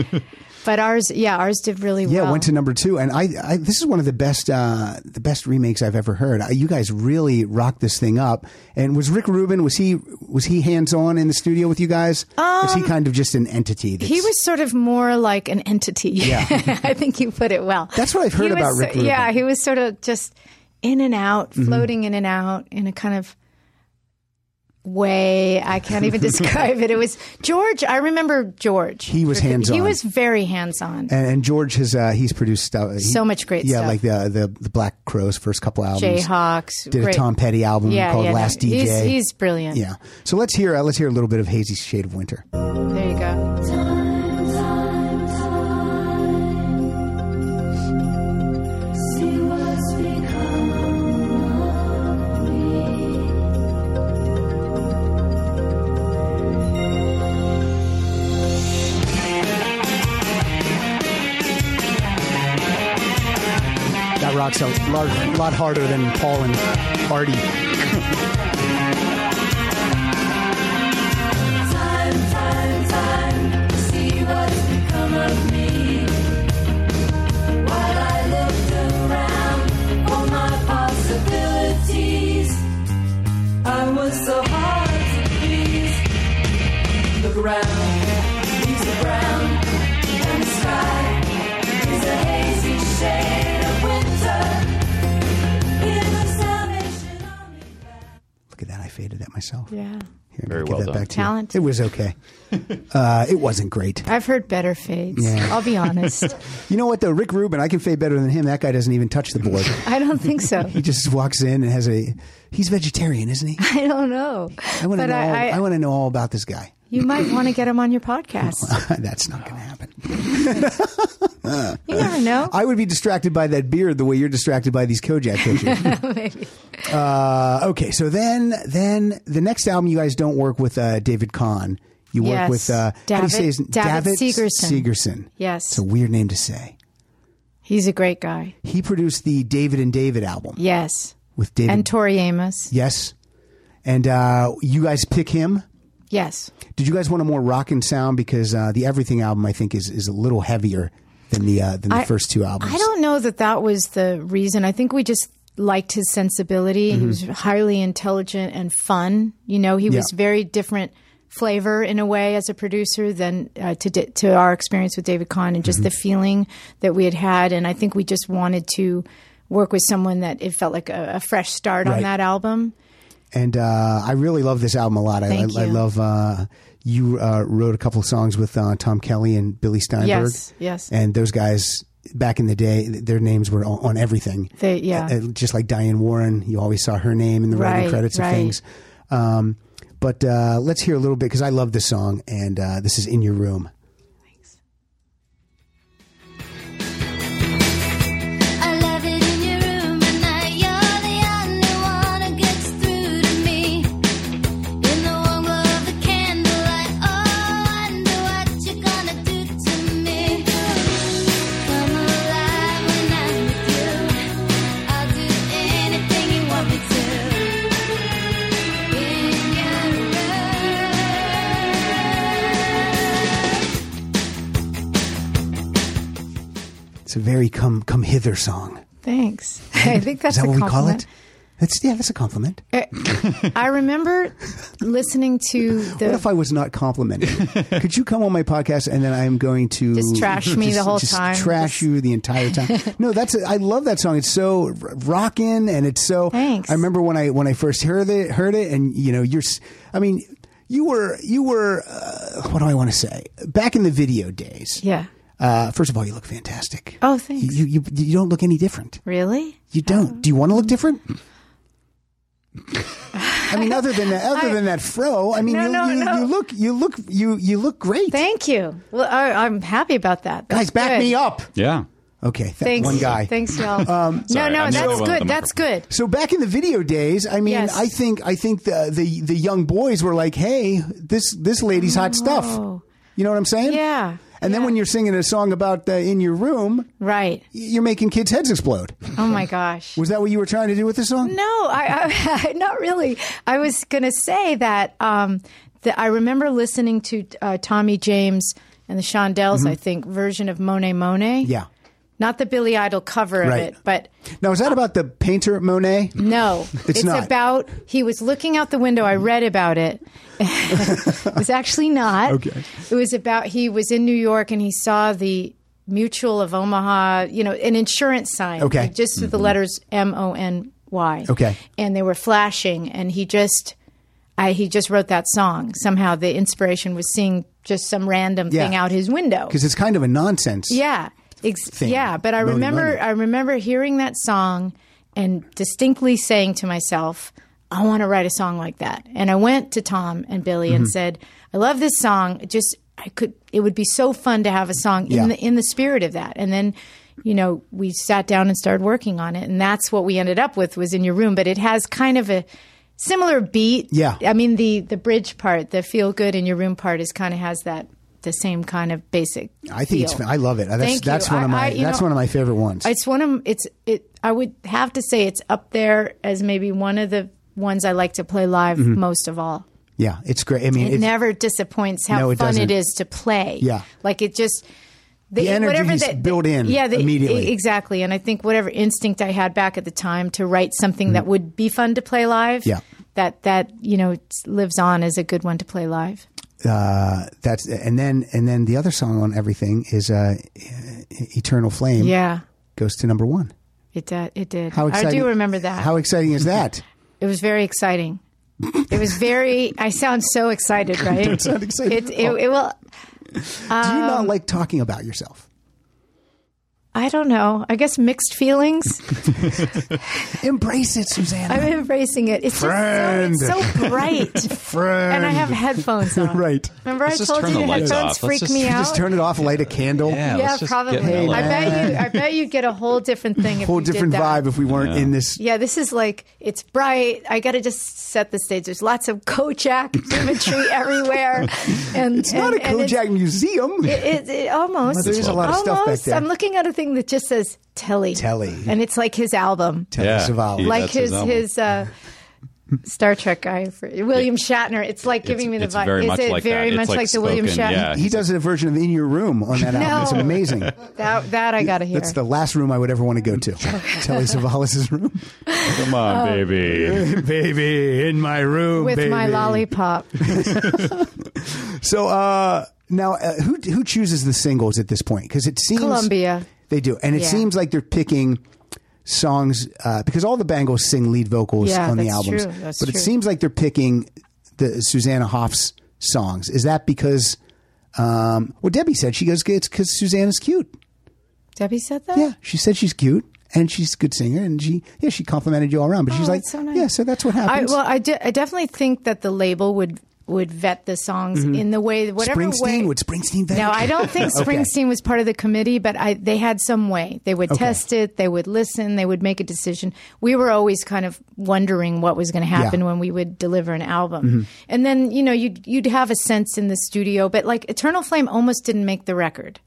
D: But ours, yeah, ours did really
B: Yeah,
D: well.
B: it went to number two, and I, I this is one of the best uh, the best remakes I've ever heard. Uh, You guys really rocked this thing up. And was Rick Rubin was he was he hands on in the studio with you guys? was he kind of just an entity? That's,
D: Um, He was sort of more like an entity. Yeah. I think you put it well.
B: That's what I've heard
D: He was
B: about
D: so-
B: Rick Rubin. Mm-hmm.
D: Yeah, he was sort of just in and out, floating in and out in a kind of way. I can't even describe it. It was George. I remember George.
B: He was
D: He
B: hands-on.
D: was very hands on.
B: And, and George has uh, he's produced stuff. he-
D: So much great
B: yeah,
D: stuff.
B: like the, the the Black Crowes first couple albums.
D: Jayhawks.
B: did a
D: great-
B: Tom Petty album
D: yeah,
B: called
D: yeah, no,
B: Last DJ.
D: He's, he's brilliant.
B: yeah. So let's hear uh, let's hear a little bit of Hazy Shade of Winter.
D: There you go.
B: That rocks a lot, lot harder than Paul and Artie.
E: Time, time, time to see what's become of me. While I looked around for my possibilities, I was so hard to please. Look around, leaves are brown, and the sky is a hazy shade of winter. Hear the Salvation Army band.
B: Look at that! I faded that myself.
D: Yeah.
B: Here,
C: Very
B: give
C: well
B: that
C: done.
B: back to you.
D: Talent.
B: It was okay. uh, it wasn't great.
D: I've heard better fades.
B: Yeah.
D: I'll be honest.
B: You know what though? Rick Rubin, I can fade better than him. That guy doesn't even touch the board.
D: I don't think so.
B: he just walks in and has a. He's vegetarian, isn't he?
D: I don't know.
B: I want to
D: But
B: know. all-
D: I-
B: I,
D: I-
B: want to know all about this guy.
D: You might want to get him on your podcast.
B: That's not going to happen.
D: You never know.
B: I would be distracted by that beard the way you're distracted by these Kojak pictures. Uh, okay, so then then the next album you guys don't work with uh, David Kahn. You work
D: Yes.
B: with uh, how do you
D: David-
B: say his-
D: David Segerson.
B: Segerson.
D: Yes.
B: it's a weird name to say.
D: He's a great guy.
B: He produced the David and David album
D: Yes.
B: with David.
D: And Tori Amos.
B: yes, and uh, you guys pick him.
D: Yes.
B: Did you guys want a more rockin' sound because uh, the Everything album I think is is a little heavier than the uh, than the
D: I-
B: first two albums.
D: I don't know that that was the reason. I think we just liked his sensibility. He was highly intelligent and fun. You know, he was
B: Mm-hmm. Yeah.
D: very different flavor in a way as a producer than uh, to di- to our experience with David Kahn and just
B: Mm-hmm.
D: the feeling that we had had. And I think we just wanted to work with someone that it felt like a, a fresh start
B: Right.
D: on that album.
B: And uh, I really love this album a lot.
D: Thank
B: I, I, I
D: you.
B: love uh, you uh, wrote a couple songs with uh, Tom Kelly and Billy Steinberg.
D: Yes, yes.
B: And those guys back in the day, th- their names were on, on everything.
D: They- yeah.
B: Uh, just like Diane Warren, you always saw her name in the writing
D: Right,
B: credits of
D: right.
B: things. Um, but uh, let's hear a little bit because I love this song, and uh, this is in your room.
E: I love it in your room at night. You're the only one who gets through to me. In the warm glow of the candlelight, oh, wonder what you're gonna do to me. Come alive when I'm with you. I'll do anything you want me to. In your room.
B: It's a very come come hither song.
D: Thanks. I think that's
B: Is that
D: a
B: what we call
D: compliment.
B: it? That's yeah, that's a compliment.
D: Uh, I remember listening to the.
B: What if I was not complimented? Could you come on my podcast and then I'm going to
D: Just trash me the
B: just-
D: whole
B: just
D: time.
B: Trash
D: Just-
B: you the entire time. No, that's I love that song. It's so r- rockin' and it's so.
D: Thanks.
B: I remember when I when I first heard it, heard it, and you know, you're. s- I mean, you were you were. Uh, what do I want to say? Back in the video days.
D: yeah.
B: Uh, first of all, you look fantastic.
D: Oh, thanks.
B: You you you don't look any different.
D: Really?
B: You
D: Oh.
B: don't. Do you want to look different? I mean, other than that, other
D: I-
B: than that fro, I mean,
D: No,
B: you,
D: no,
B: you,
D: no.
B: you look, you look, you you look great.
D: Thank you. Well, I, I'm happy about that. That's
B: Guys, back
D: good.
B: me up.
C: Yeah.
B: Okay, th-
D: Thanks.
B: one guy. Um,
D: Thanks, y'all. no,
C: Sorry,
D: no,
C: I'm the
D: that's
C: other one with
D: good.
C: the
D: That's good.
B: So back in the video days, I mean,
D: Yes.
B: I think I think the, the the young boys were like, "Hey, this this lady's hot stuff."
D: Oh.
B: You know what I'm saying?
D: Yeah.
B: And then
D: Yeah.
B: when you're singing a song about uh, in your room, y-
D: Right.
B: you're making kids' heads explode.
D: Oh my gosh.
B: Was that what you were trying to do with the song?
D: No, I, I not really. I was going to say that um, that I remember listening to uh, Tommy James and the Shondells, I think, version of Monet Monet.
B: Mm-hmm. Yeah.
D: Not the Billy Idol cover
B: Right.
D: of it, but
B: Now is that
D: Uh,
B: about the painter Monet?
D: no,
B: It's not.
D: about he was looking out the window. I read about it. it was actually not.
B: Okay.
D: It was about he was in New York and he saw the Mutual of Omaha, you know, an insurance sign.
B: Okay. Mm-hmm.
D: Just with the letters M O N Y.
B: Okay.
D: And they were flashing, and he just, I he just wrote that song. Somehow the inspiration was seeing just some random
B: Yeah.
D: thing out his window.
B: Because it's kind of a nonsense.
D: Yeah. Ex-
B: thing.
D: Yeah, but I
B: Moaning
D: remember
B: Moaning.
D: I remember hearing that song and distinctly saying to myself, I want to write a song like that. And I went to Tom and Billy and
B: Mm-hmm.
D: said, I love this song. It Just I could it would be so fun to have a song
B: Yeah.
D: in the in the spirit of that. And then you know, we sat down and started working on it, and that's what we ended up with was in your room. But it has kind of a similar beat.
B: Yeah.
D: I mean the the bridge part, the feel good in your room part, is kind of has that the same kind of basic.
B: I think it's.
D: feel.
B: fan- I love it. That's
D: Thank you.
B: that's one of my
D: I- I- you
B: that's
D: know,
B: one of my favorite ones.
D: It's one of it's it. I would have to say it's up there as maybe one of the ones I like to play live most of all.
B: yeah, it's great. I mean,
D: It
B: Mm-hmm. it's,
D: never disappoints how
B: No, it
D: fun
B: doesn't.
D: it is to play.
B: Yeah.
D: like it just. The,
B: energy
D: whatever
B: is built in
D: yeah, the,
B: immediately.
D: e- exactly. And I think whatever instinct I had back at the time to write something that would be fun to play live,
B: Mm-hmm. Yeah.
D: that that you know it's- lives on as a good one to play live.
B: uh, that's and then and then the other song on everything is uh, E- "Eternal Flame."
D: Yeah,
B: goes to number one.
D: it did. It did.
B: How exciting!
D: I do remember that.
B: How exciting is that?
D: It was very exciting. It was very. I sound so excited, right?
B: don't sound excited
D: It,
B: at
D: it,
B: all.
D: it um, will.
B: Oh, Do you not like talking about yourself?
D: I don't know. I guess mixed feelings.
B: Embrace it, Susanna.
D: I'm embracing it. It's just so, it's so bright,
B: Friend.
D: and I have headphones on.
B: Right.
D: Remember,
C: Let's
D: I
C: just
D: told
C: turn
D: you
C: the lights
D: headphones
C: off. Let's
D: freak
C: just-
D: me out.
B: Just turn it off, light a candle.
C: Yeah.
D: yeah,
C: let's just
D: probably.
C: Get in the
D: I
C: light.
D: bet you. I bet you get a whole different thing. If
B: Whole
D: you did
B: different
D: that.
B: vibe if we weren't
C: Yeah.
B: in this.
D: Yeah, this is like it's bright. I got to just set the stage. There's lots of Kojak imagery everywhere, and
B: It's not a
D: and- and it's-
B: Kojak museum.
D: It, it, it almost.
B: There is a lot of
D: almost,
B: stuff back there.
D: I'm looking at a thing that just says Telly.
B: Telly.
D: And it's like his album.
B: Telly
C: Yeah.
B: Savalas.
C: Yeah.
D: like
C: that's
D: his
C: his album.
D: his uh, Star Trek guy, for, William Shatner. It's like giving me the
C: it's
D: vibe.
C: very
D: Is
C: much
D: it
C: like
D: very
C: that. It's
D: much
C: like
D: like, the William
C: spoken,
D: Shatner?
C: yeah.
B: He does an version of "In Your Room" on that album. It's
D: No.
B: amazing.
D: That that I gotta hear.
B: That's the last room I would ever want to go to. Telly Savalas' room.
C: Come
F: uh,
C: on, baby.
B: baby in my room
D: with my lollipop.
B: so uh now uh, who who chooses the singles at this point because it seems
D: Columbia.
B: they do and it
D: Yeah.
B: seems like they're picking songs uh, because all the Bangles sing lead vocals
D: Yeah,
B: on the
D: that's
B: albums,
D: true. That's
B: but it
D: true.
B: seems like they're picking the Susanna Hoff's songs. Is that because? Um, well, Debbie said she goes it's because Susanna's cute.
D: Debbie said that.
B: Yeah, she said she's cute and she's a good singer and she yeah she complimented you all around. But she's
D: Oh,
B: like
D: that's so nice.
B: yeah, so that's what
D: I,
B: happens.
D: well, I, de- I definitely think that the label would would vet the songs in the way whatever
B: Mm-hmm. Springsteen
D: way.
B: would Springsteen vet?
D: no, I don't think
B: Okay.
D: Springsteen was part of the committee, but I, they had some way. They would test it, they would listen, they would make a decision. We were always kind of wondering what was going to happen
B: Yeah. Mm-hmm.
D: when we would deliver an album. And then, you know, you'd, you'd have a sense in the studio, but like Eternal Flame almost didn't make the record,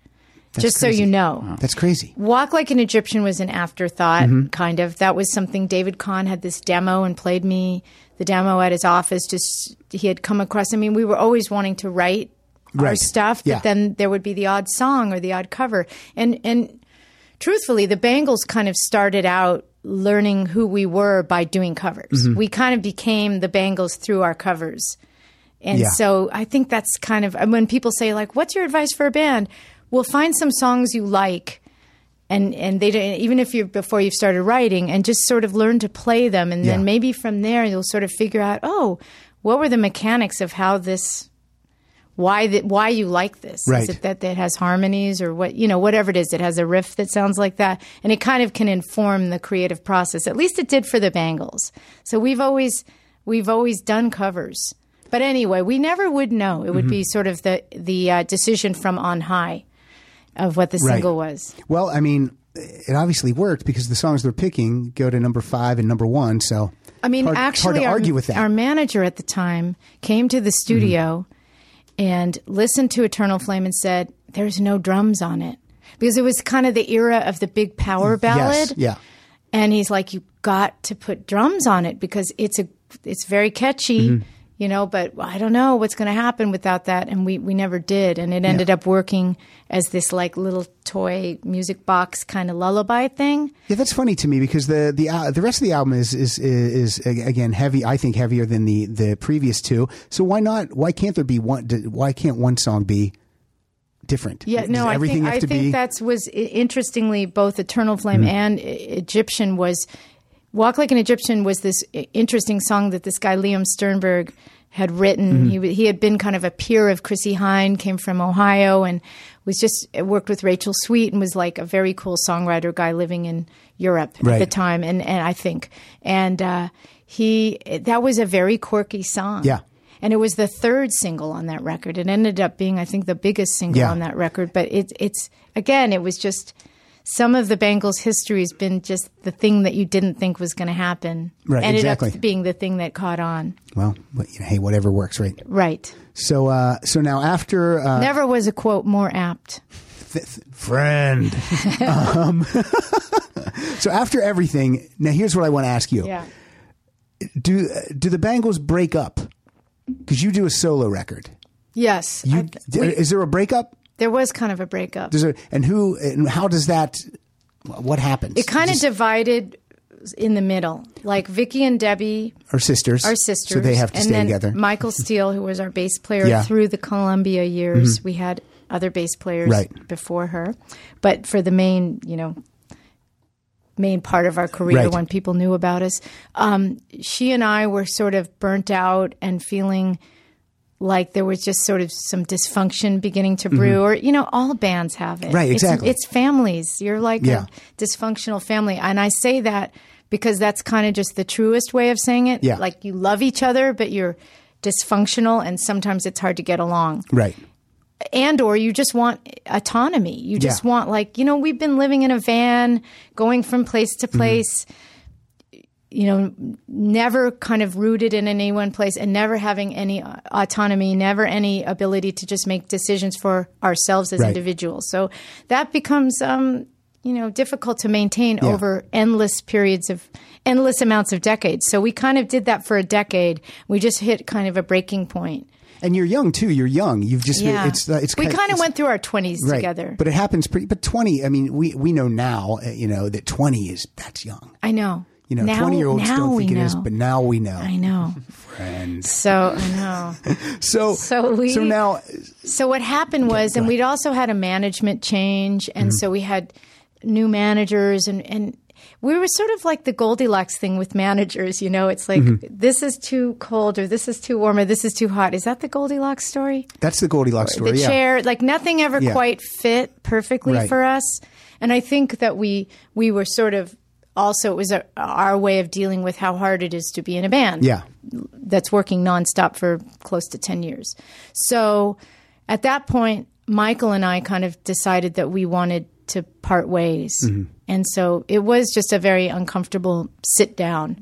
D: just
B: crazy.
D: so you know.
B: Ah, That's crazy.
D: Walk Like an Egyptian was an afterthought,
B: Mm-hmm.
D: kind of. That was something David Kahn had this demo and played me the demo at his office. Just he had come across. I mean, we were always wanting to write our
B: Right.
D: stuff, but
B: Yeah.
D: then there would be the odd song or the odd cover. And and truthfully, the Bangles kind of started out learning who we were by doing covers.
B: Mm-hmm.
D: We kind of became the Bangles through our covers. And
B: Yeah.
D: so I think that's kind of and when people say like, "What's your advice for a band?" Well, find some songs you like, and and they don't, even if you're before you've started writing, and just sort of learn to play them, and
B: Yeah.
D: then maybe from there you'll sort of figure out, oh, what were the mechanics of how this, why that why you like this?
B: Right.
D: Is it that it has harmonies or what you know whatever it is, it has a riff that sounds like that, and it kind of can inform the creative process. At least it did for the Bangles. So we've always we've always done covers. But anyway, we never would know. It
B: Mm-hmm.
D: would be sort of the the uh, decision from on high of what the
B: Right.
D: single was.
B: Well, I mean, it obviously worked because the songs they're picking go to number five and number one. So
D: I mean,
B: hard,
D: actually,
B: hard to
D: our,
B: argue with that.
D: our manager at the time came to the studio
B: Mm-hmm.
D: and listened to Eternal Flame and said, "There's no drums on it." Because it was kind of the era of the big power ballad,
B: Mm, Yes, yeah,
D: and he's like, "You got to put drums on it because it's a it's very catchy,
B: Mm-hmm.
D: you know." But I don't know what's going to happen without that, and we we never did, and it ended up working as this like little toy music box kind of lullaby thing.
B: yeah. That's funny to me because the the uh, the rest of the album is, is is is again heavy. I think heavier than the the previous two. So why not? Why can't there be one? d- Why can't one song be different?
D: Yeah,
B: Does
D: no, I
B: everything
D: think
B: have
D: I
B: to
D: think
B: be. Hmm.
D: that's was i- interestingly both Eternal Flame and I- Egyptian was Walk Like an Egyptian was this i- interesting song that this guy Liam Sternberg had
B: Hmm.
D: written. He w- he had been kind of a peer of Chrissy Hine, came from Ohio, and was just uh, worked with Rachel Sweet and was like a very cool songwriter guy living in Europe at the
B: Right.
D: time, and and I think and uh, he that was a very quirky song.
B: Yeah.
D: And it was the third single on that record. It ended up being, I think, the biggest single
B: Yeah.
D: on that record. But it's it's again, it was just some of the Bangles' history has been just the thing that you didn't think was going to happen.
B: Right,
D: ended
B: exactly.
D: up being the thing that caught on.
B: well, but, you know, hey, whatever works, right?
D: Right.
B: So uh, so now after uh,
D: Never was a quote more apt.
B: friend. um, so after everything, now here's what I want to ask you.
D: Yeah.
B: do do the Bangles break up? Because you do a solo record.
D: Yes.
B: You,
D: I-
B: is there a breakup?
D: there was kind of a breakup.
B: Is there, and who and how does that? What happens?
D: It kind of
B: Just-
D: divided in the middle. Like Vicky and Debbie
B: our sisters.
D: our sisters.
B: So they have to
D: and
B: stay
D: then
B: together.
D: Michael Steele, who was our bass player
B: Yeah. Mm-hmm.
D: through the Columbia years, we had other bass players
B: Right.
D: before her, but for the main, you know, main part of our career
B: Right.
D: when people knew about us, um, she and I were sort of burnt out and feeling like there was just sort of some dysfunction beginning to brew or you know all bands have it
B: Mm-hmm. Right,
D: It's-
B: exactly.
D: it's, families you're like
B: Yeah.
D: a dysfunctional family and i say that because that's kind of just the truest way of saying it
B: Yeah.
D: like you love each other but you're dysfunctional and sometimes it's hard to get along
B: right.
D: and or you just want autonomy you just
B: Yeah.
D: want like you know we've been living in a van going from place
B: Mm-hmm.
D: to place you know never kind of rooted in any one place and never having any uh, autonomy never any ability to just make decisions for ourselves as
B: Right.
D: individuals so that becomes um you know difficult to maintain
B: Yeah.
D: over endless periods of endless amounts of decades so we kind of did that for a decade we just hit kind of a breaking point
B: And you're young too. You're young. You've just
D: yeah,
B: it's uh, it's
D: we kind
B: it's-
D: of went through our twenties together.
B: But it happens pretty. But twenty. I mean, we we know now. Uh, you know that twenty is that's young.
D: I know.
B: You know,
D: Now-
B: twenty year olds
D: now
B: don't
D: we
B: think it is,
D: know.
B: but now we know.
D: I know.
B: Friend.
D: So I know.
B: So
D: So we-
B: so now
D: So what happened was,
B: Mm-hmm.
D: and we'd also had a management change, and so we had new managers, and and we were sort of like the Goldilocks thing with managers. You know, it's like
B: Mm-hmm.
D: this is too cold or this is too warm or this is too hot. Is that the Goldilocks story?
B: That's the Goldilocks story.
D: the
B: yeah.
D: chair like nothing ever
B: Yeah.
D: quite fit perfectly
B: Right.
D: for us and i think that we we were sort of also it was a, our way of dealing with how hard it is to be in a band
B: Yeah.
D: that's working nonstop for close to 10 years so at that point michael and i kind of decided that we wanted to part ways and so it was just a very uncomfortable sit down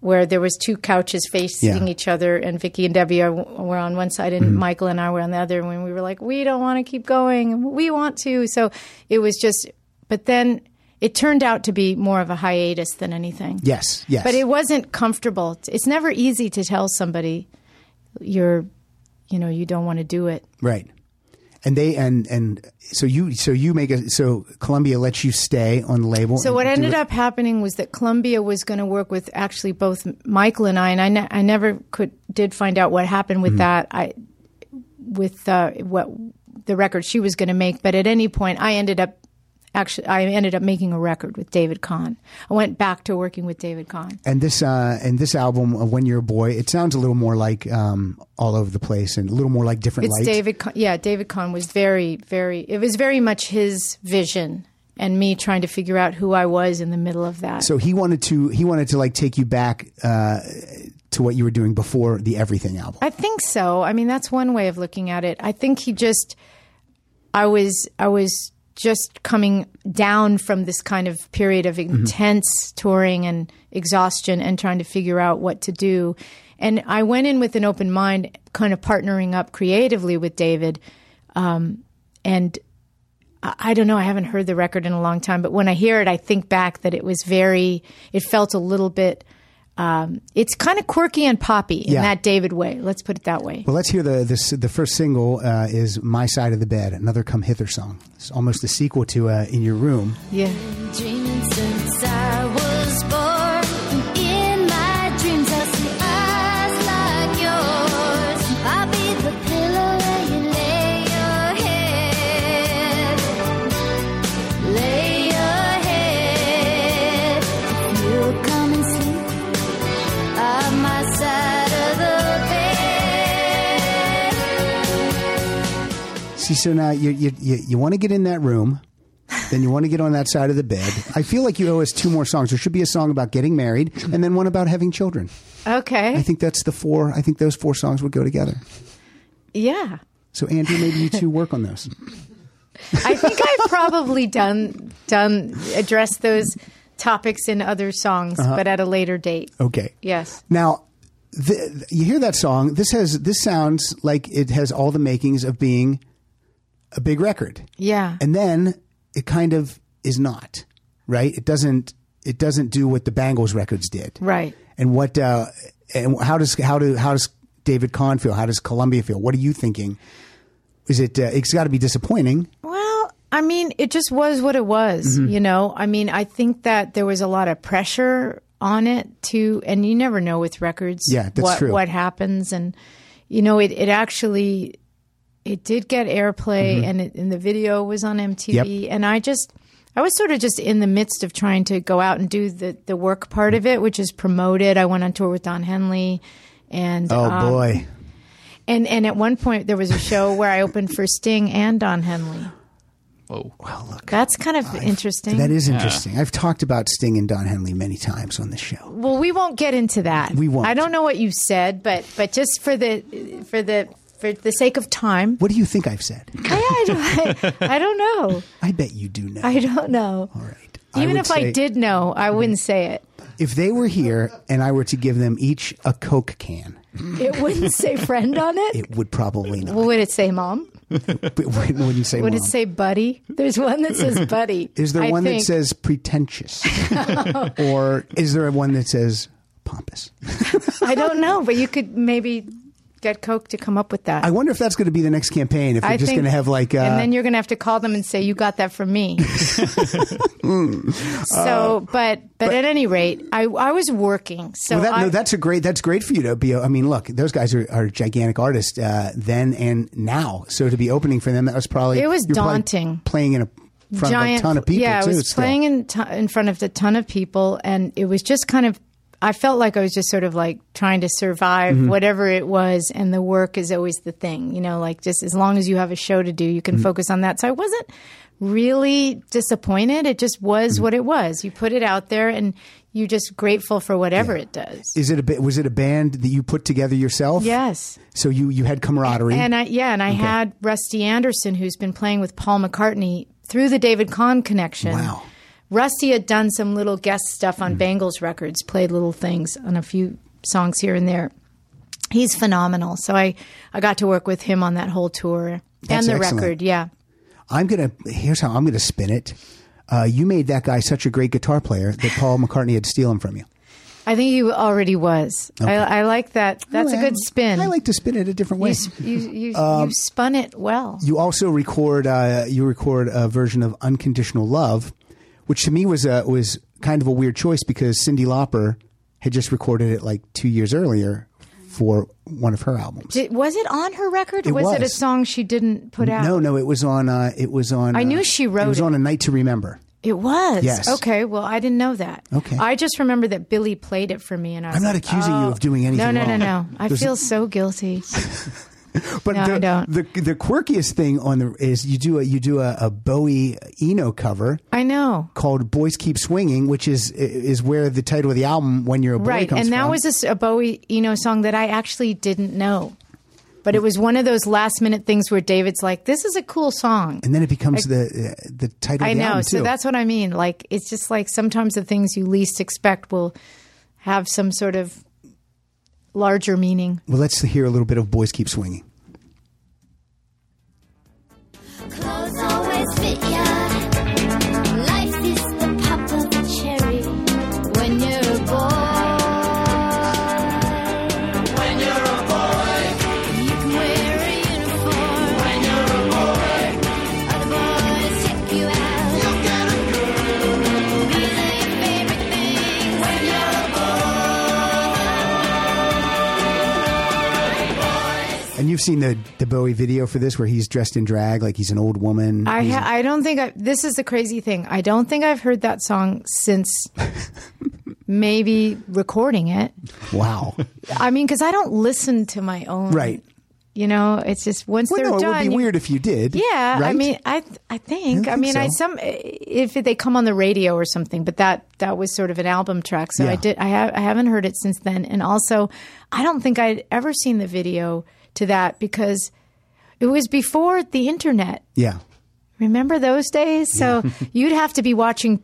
D: where there was two couches facing
B: Yeah.
D: each other, and Vicky and Debbie are, were on one side, and Michael and I were on the other. When we were like, we don't want to keep going, we want to. So it was just, but then it turned out to be more of a hiatus than anything.
B: Yes. Yes.
D: But it wasn't comfortable. It's never easy to tell somebody you're, you know, you don't want to do it.
B: Right. And they and and so you so you make a so Columbia lets you stay on the label.
D: So what ended up happening was that Columbia was going to work with actually both Michael and I, and I, ne- I never could did find out what happened with that. I with uh, what the record she was going to make, but at any point I ended up actually I ended up making a record with David Kahn. I went back to working with David Kahn.
B: and this uh and this album uh, when you're a boy it sounds a little more like um all over the place and a little more like different
D: It's
B: lights.
D: David. Con- yeah, David Kahn was very, very. It was very much his vision and me trying to figure out who I was in the middle of that.
B: So he wanted to he wanted to like take you back uh to what you were doing before the Everything album.
D: I think so. I mean, that's one way of looking at it. I think he just, I was, I was just coming down from this kind of period of
B: Mm-hmm.
D: intense touring and exhaustion and trying to figure out what to do. And I went in with an open mind, kind of partnering up creatively with David. Um, and I, I don't know, I haven't heard the record in a long time, but when I hear it, I think back that it was very, it felt a little bit. Um, it's kind of quirky and poppy in
B: Yeah.
D: that David way. Let's put it that way.
B: well, let's hear the this the first single uh, is "My Side of the Bed," another "Come Hither" song. It's almost a sequel to uh, "In Your Room."
D: Yeah.
E: dreaming since I was born. And in my dreams, I see eyes like yours. I'll be the pillow where you lay your head. Lay your head. You'll come and sleep on my side of the bed.
B: See, so now you you you, you want to get in that room, then you want to get on that side of the bed. I feel like you owe us two more songs. There should be a song about getting married, and then one about having children.
D: Okay.
B: I think that's the four. I think those four songs would go together.
D: yeah.
B: So Andrew, maybe you two work on those.
D: I think I've probably done done addressed those topics in other songs, but at a later date.
B: Okay.
D: Yes.
B: Now, the, you hear that song. This has this sounds like it has all the makings of being a big record.
D: Yeah.
B: and then it kind of is not right it doesn't it doesn't do what the bangles records did
D: Right.
B: and what uh and how does how do how does david kahn feel how does columbia feel what are you thinking is it uh, it's got to be disappointing
D: Well, I mean, it just was what it was,
B: Mm-hmm.
D: you know? I mean, I think that there was a lot of pressure on it to, and you never know with records
B: Yeah, that's
D: what,
B: true.
D: what happens. And, you know, it, it actually, it did get airplay
B: Mm-hmm.
D: and, it, and the video was on MTV. And I just, I was sort of just in the midst of trying to go out and do the, the work part of it, which is promoted. I went on tour with Don Henley and,
B: oh
D: um,
B: boy
D: and, and at one point there was a show where I opened for Sting and Don Henley.
G: Whoa.
D: That's kind of interesting.
B: that is interesting i've talked about sting and don henley many times on the show
D: well, we won't get into that.
B: We won't.
D: I don't know what you said, but but just for the for the for the sake of time,
B: what do you think i've said
D: I, I don't, I don't know.
B: i bet you do know
D: I don't know.
B: all right
D: Even
B: would
D: if
B: say-
D: I did know, I wouldn't say it.
B: if they were here and i were to give them each a coke can
D: It wouldn't say friend on it.
B: it would probably not
D: well, would it say mom?
B: it wouldn't say
D: Would it
B: mom.
D: say buddy? There's one that says buddy.
B: Is there
D: I
B: one
D: think. Oh.
B: that says pretentious? or is there one that says pompous?
D: I don't know, but you could maybe get Coke to come up with that.
B: I wonder if that's going to be the next campaign. If we're
D: I
B: just
D: think-
B: going to have like, uh,
D: and then you're going to have to call them and say you got that from me.
B: Uh,
D: so, but, but at any rate, I I was working. So
B: well, that,
D: I,
B: no, that's a great. That's great for you to be. I mean, look, those guys are, are gigantic artists uh, then and now. So to be opening for them, that was probably
D: It was
B: you're probably
D: daunting.
B: Playing in a front
D: giant
B: of a ton of people
D: Yeah,
B: too.
D: I was
B: still.
D: playing in t- in front of a ton of people, and it was just kind of. I felt like I was just sort of like trying to survive
B: Mm-hmm.
D: whatever it was, and the work is always the thing, you know. Like just as long as you have a show to do, you
B: Mm-hmm.
D: can focus on that. So I wasn't really disappointed. It just was
B: Mm-hmm.
D: what it was. You put it out there, and you're just grateful for whatever it does.
B: Is it a bit? Was it a band that you put together yourself?
D: yes.
B: So you you had camaraderie.
D: And I yeah, and I had Rusty Anderson, who's been playing with Paul McCartney through the David Kahn connection.
B: Wow.
D: Rusty had done some little guest stuff
B: Hmm.
D: on Bangles records, played little things on a few songs here and there. He's phenomenal. So I, I got to work with him on that whole tour
B: That's
D: and the
B: excellent.
D: record. Yeah.
B: I'm gonna. Here's how I'm gonna spin it. Uh, you made that guy such a great guitar player that Paul McCartney had to steal him from you.
D: I think he already was. I, I like that. That's a
B: Well,
D: good spin.
B: Oh, I like to spin it a different
D: you,
B: way.
D: s- you, you, you spun it well.
B: you also record uh, you record a version of "Unconditional Love," which to me was a, was kind of a weird choice because Cindy Lauper had just recorded it like two years earlier for one of her albums.
D: Did, was it on her record?
B: It
D: or was, it a
B: was.
D: song she didn't put out?
B: No, no, it was on. Uh, it was on.
D: I
B: uh,
D: knew she wrote
B: It was
D: it.
B: on a night to remember.
D: It was.
B: Yes.
D: Okay. Well, I didn't know that.
B: Okay.
D: I just remember that Billy played it for me, and I was
B: I'm not
D: like,
B: accusing you
D: "Oh."
B: of doing anything.
D: No, no, no,
B: wrong.
D: no. I
B: There's-
D: feel so guilty.
B: But
D: No,
B: the,
D: I don't.
B: the the quirkiest thing on the is you do a you do a, a Bowie Eno cover
D: I know.
B: called "Boys Keep Swinging," which is is where the title of the album "When You're a Boy"
D: Right.
B: comes
D: And that
B: from.
D: was a s- a, Bowie Eno song that I actually didn't know. But it was one of those last minute things where David's like, this is a cool song.
B: and then it becomes the uh, the title.
D: I
B: of the
D: know.
B: album,
D: So
B: too.
D: that's what I mean. Like, it's just like sometimes the things you least expect will have some sort of larger meaning.
B: well. Let's hear a little bit of "Boys Keep Swinging."
E: Clothes always fit ya. Life is the pop of the cherry when you're a boy. When you're a boy, you can wear a uniform. When you're a boy, other boys check you out. You get a girl. These are your favorite things when you're a boy.
B: And you've seen the the Bowie video for this, where he's dressed in drag, like he's an old woman.
D: I
B: He's-
D: ha- I don't think I, this is the crazy thing. I don't think I've heard that song since maybe recording it.
B: wow,
D: I mean, because I don't listen to my own.
B: right?
D: You know, it's just once
B: Well,
D: they're
B: no,
D: done.
B: it would be
D: you-
B: weird if you did.
D: Yeah, I
B: right?
D: mean, I th- I think. I,
B: I don't think
D: mean, I
B: so.
D: some eh, if they come on the radio or something, but that that was sort of an album track. So
B: Yeah.
D: I did. I have I haven't heard it since then, and also I don't think I'd ever seen the video to that because it was before the internet.
B: yeah.
D: Remember those days? So you'd have to be watching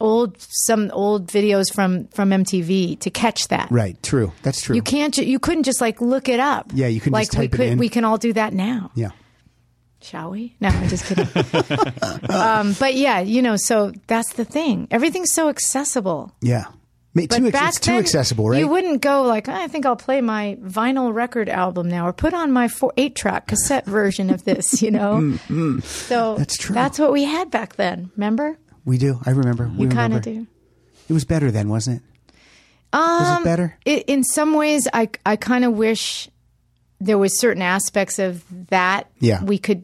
D: old some old videos from from MTV to catch that.
B: Right. True. That's true.
D: You can't. Ju- you couldn't just like look it up.
B: Yeah, you couldn't
D: like
B: just
D: we
B: type it
D: could.
B: in.
D: We can all do that now.
B: yeah.
D: Shall we? No, I'm just kidding. um, but yeah, you know. So that's the thing. Everything's so accessible.
B: Yeah. Ma-
D: But
B: too ex-
D: back
B: it's too
D: then,
B: accessible, right?
D: You wouldn't go like, "Oh, I think I'll play my vinyl record album now, or put on my four, eight-track cassette version of this. You know, so
B: Mm, That's true.
D: That's what we had back then. Remember?
B: we do. I remember. We
D: You kind
B: remember.
D: of do.
B: It was better then, wasn't it? Um, was it better?
D: It, in some ways, I I kind of wish there was certain aspects of that
B: Yeah.
D: we could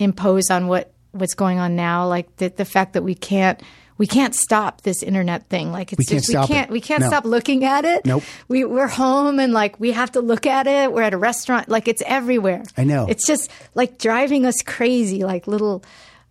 D: impose on what what's going on now, like the, the fact that we can't we can't stop this internet thing. Like it's
B: We
D: just
B: can't stop
D: we can't
B: it.
D: we can't
B: No.
D: stop looking at it.
B: Nope.
D: We we're home and like we have to look at it. We're at a restaurant. Like it's everywhere.
B: I know.
D: It's just like driving us crazy. Like little.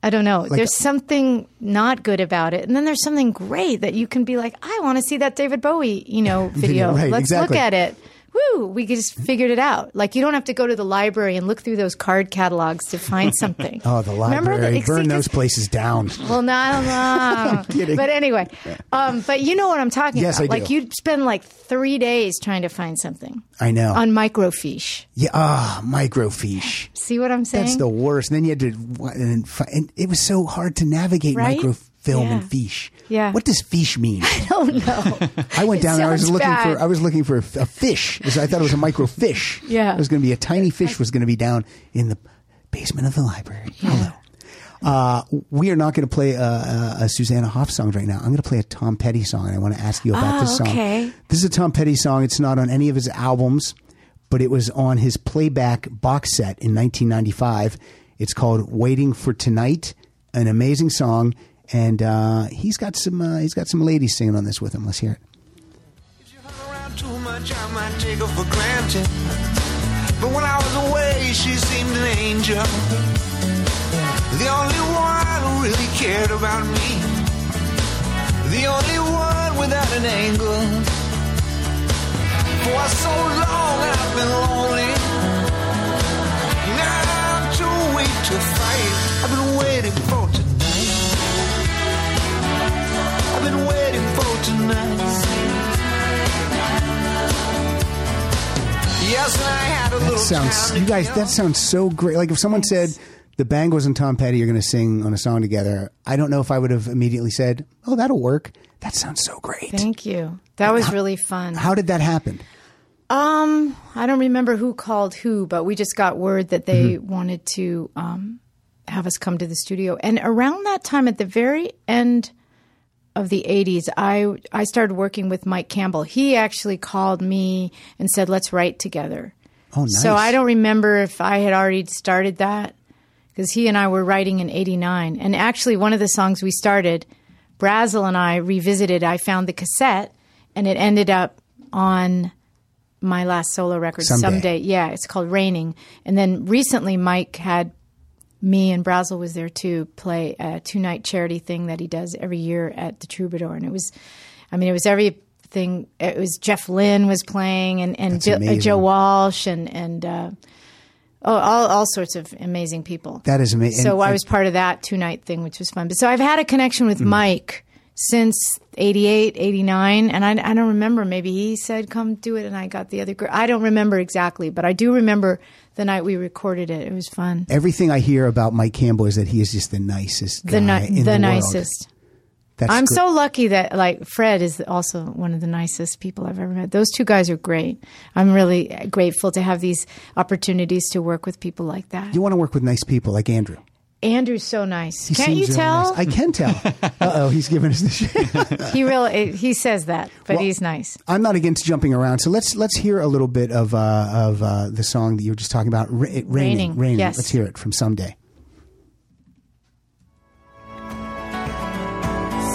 D: I don't know. there's something not good about it. And then there's something great that you can be like, I want to see that David Bowie, you know, video.
B: right,
D: Let's
B: exactly.
D: look at it. Woo, we just figured it out. Like you don't have to go to the library and look through those card catalogs to find something.
B: Oh, the
D: Remember
B: library.
D: see,
B: Burn
D: 'cause-
B: those places down.
D: well, no, I'm
B: kidding.
D: But anyway, um, but you know what I'm talking
B: Yes,
D: about.
B: I do.
D: Like you'd spend like three days trying to find something
B: I know.
D: on microfiche.
B: yeah. Ah, microfiche.
D: See what I'm saying?
B: That's the worst. And then you had to, wha- and, fi- and it was so hard to navigate
D: Right?
B: microfilm
D: Yeah.
B: and fiche.
D: Yeah.
B: What does fiche mean?
D: oh no.
B: I went down and I was
D: sounds
B: looking
D: bad.
B: for I was looking for a, f- a fish. It was- I thought it was a microfiche.
D: Yeah.
B: it was going to be a tiny fish was going to be down in the basement of the library. Hello. Uh, we are not going to play a, a, a Susanna Hoff song right now. I'm going to play a Tom Petty song, and I want to ask you about
D: Oh,
B: this song.
D: okay.
B: This is a Tom Petty song. It's not on any of his albums, but it was on his playback box set in 1995. It's called "Waiting for Tonight," an amazing song, and uh, he's got some uh, he's got some ladies singing on this with him. Let's hear it.
G: If you hung around too much, I might take her for granted. But when I was away, she seemed an angel. The only one who really cared about me. The only one without an angle. For so long I've been lonely. Now I'm too weak to fight. I've been waiting for tonight. I've been waiting for tonight. Yes, and I had a
B: That
G: little
B: sounds
G: time to
B: you guys.
G: kill.
B: That sounds so great. Like if someone said the Bangles and Tom Petty are going to sing on a song together, I don't know if I would have immediately said, "Oh, that'll work." That sounds so great.
D: Thank you. That was really fun.
B: How did that happen?
D: Um, I don't remember who called who, but we just got word that they wanted to um, have us come to the studio. And around that time, at the very end of the '80s, I I started working with Mike Campbell. He actually called me and said, "Let's write together."
B: Oh, nice.
D: So I don't remember if I had already started that because he and I were writing in '89. And actually, one of the songs we started, Brazel and I revisited. I found the cassette, and it ended up on my last solo record
B: Someday.
D: someday. Yeah, it's called Raining. And then recently, Mike had me and Brazel was there to play a two night charity thing that he does every year at the Troubadour, and it was, I mean, it was everything. It was Jeff Lynne was playing, and and
B: That's
D: Joe, uh,
B: amazing.
D: Joe Walsh, and and uh, oh, all all sorts of amazing people.
B: That is amazing.
D: So I was part of that two night thing, which was fun. But so I've had a connection
B: Mm-hmm.
D: with Mike since 88, 89. And I, I don't remember. Maybe he said, come do it. And I got the other girl. I don't remember exactly, but I do remember the night we recorded it. It was fun.
B: Everything I hear about Mike Campbell is that he is just the nicest
D: The,
B: guy
D: ni-
B: in
D: the,
B: the, world.
D: nicest.
B: That's
D: I'm
B: great.
D: so lucky that like Fred is also one of the nicest people I've ever met. Those two guys are great. I'm really grateful to have these opportunities to work with people like that.
B: You want to work with nice people like Andrew.
D: Andrew's so nice.
B: He
D: Can't you
B: seems really nice.
D: tell?
B: I can tell. uh oh, he's giving us the shit.
D: he really he says that, but
B: Well-
D: he's nice.
B: I'm not against jumping around, so let's let's hear a little bit of uh, of uh, the song that you were just talking about, Ra- raining, raining.
D: Raining, yes.
B: Let's hear it from someday.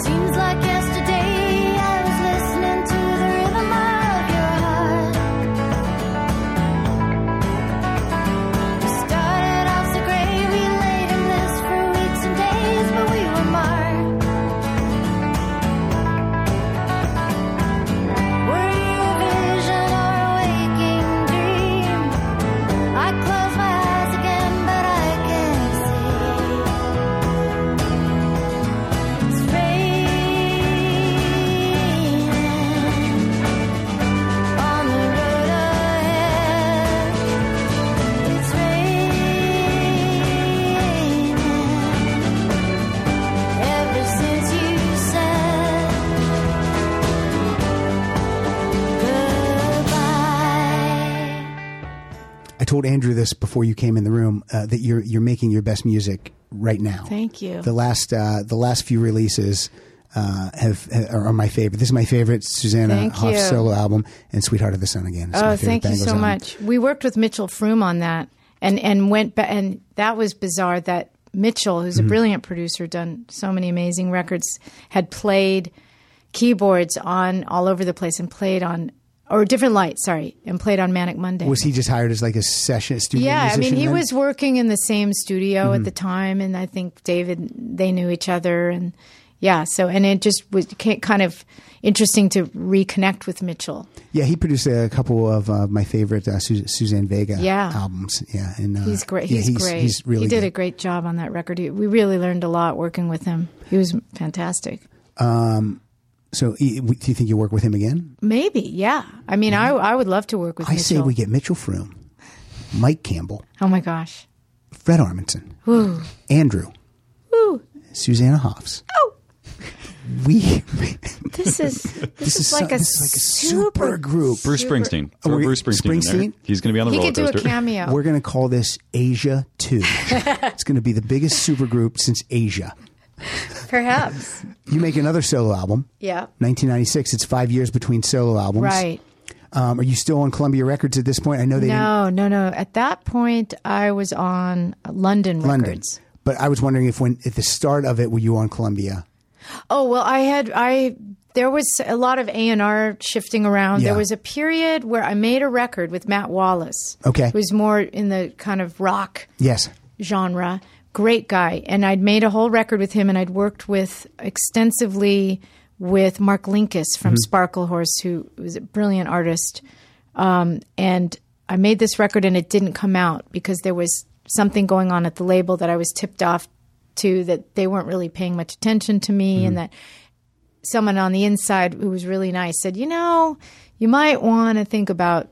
E: Seems like yesterday I was listening to the rhythm of your heart. We started off so great, we laid in this for weeks and days, but we were marked. Were you a vision or a waking dream? I close my eyes again, but I can see. It's raining on the road ahead. It's raining ever since you said goodbye.
B: I told Andrew this before you came in the room uh, that you're you're making your best music right now.
D: Thank you.
B: The last uh, the last few releases uh, have are my favorite. This is my favorite Susanna
D: Thank
B: Hoff
D: you.
B: solo album and Sweetheart of the Sun again. It's my
D: Oh,
B: favorite
D: thank you
B: Bangles
D: so
B: album.
D: much. We worked with Mitchell Froom on that, and and went ba- and that was bizarre. That Mitchell, who's
B: Mm-hmm.
D: a brilliant producer, done so many amazing records, had played keyboards on all over the place and played on or different lights, sorry, and played on Manic Monday.
B: Was he just hired as like a session studio?
D: yeah, I mean,
B: musician
D: he
B: then? Mm-hmm.
D: was working in the same studio at the time, and I think David they knew each other, and yeah, so and it just was ki- kind of interesting to reconnect with Mitchell.
B: Yeah, he produced a couple of uh, my favorite uh, Su- Suzanne Vega
D: Yeah.
B: albums. Yeah, and uh,
D: He's great.
B: yeah,
D: He's, great.
B: He's really
D: he did
B: good.
D: a great job on that record. He- We really learned a lot working with him. He was fantastic.
B: So, y- w- do you think you work with him again?
D: Maybe, yeah. I mean, I I would love to work with.
B: Mm-hmm. I say
D: Mitchell.
B: we get Mitchell Froom, Mike Campbell,
D: Oh my gosh.
B: Fred Armisen, Andrew,
D: Woo.
B: Susanna Hoffs.
D: Oh,
B: We
D: this is this,
B: this is,
D: is, like,
B: so-
D: a
B: this is like a
D: super
B: super group.
C: Bruce Springsteen.
B: Oh,
C: Throw
B: we-
C: Bruce Springsteen. in there.
B: Springsteen?
C: He's going to be on the
D: He
C: roller
D: could do a
C: coaster.
D: cameo.
B: We're going to call this Asia Two. it's going to be the biggest super group since Asia.
D: Perhaps.
B: You make another solo album.
D: Yeah.
B: 1996. It's five years between solo albums.
D: Right.
B: Um, are you still on Columbia Records at this point? I know they didn't
D: No, no, no. At that point, I was on London
B: London.
D: Records.
B: But I was wondering if when at the start of it, were you on Columbia?
D: Oh well, I had I there was a lot of A and R shifting around.
B: Yeah.
D: There was a period where I made a record with Matt Wallace.
B: Okay.
D: it was more in the kind of rock
B: Yes.
D: genre. Great guy, and I'd made a whole record with him, and I'd worked with extensively with Mark Linkus from Sparkle Horse, who was a brilliant artist. Um, and I made this record, and it didn't come out because there was something going on at the label that I was tipped off to that they weren't really paying much attention to me, and that someone on the inside who was really nice said, "You know, you might want to think about."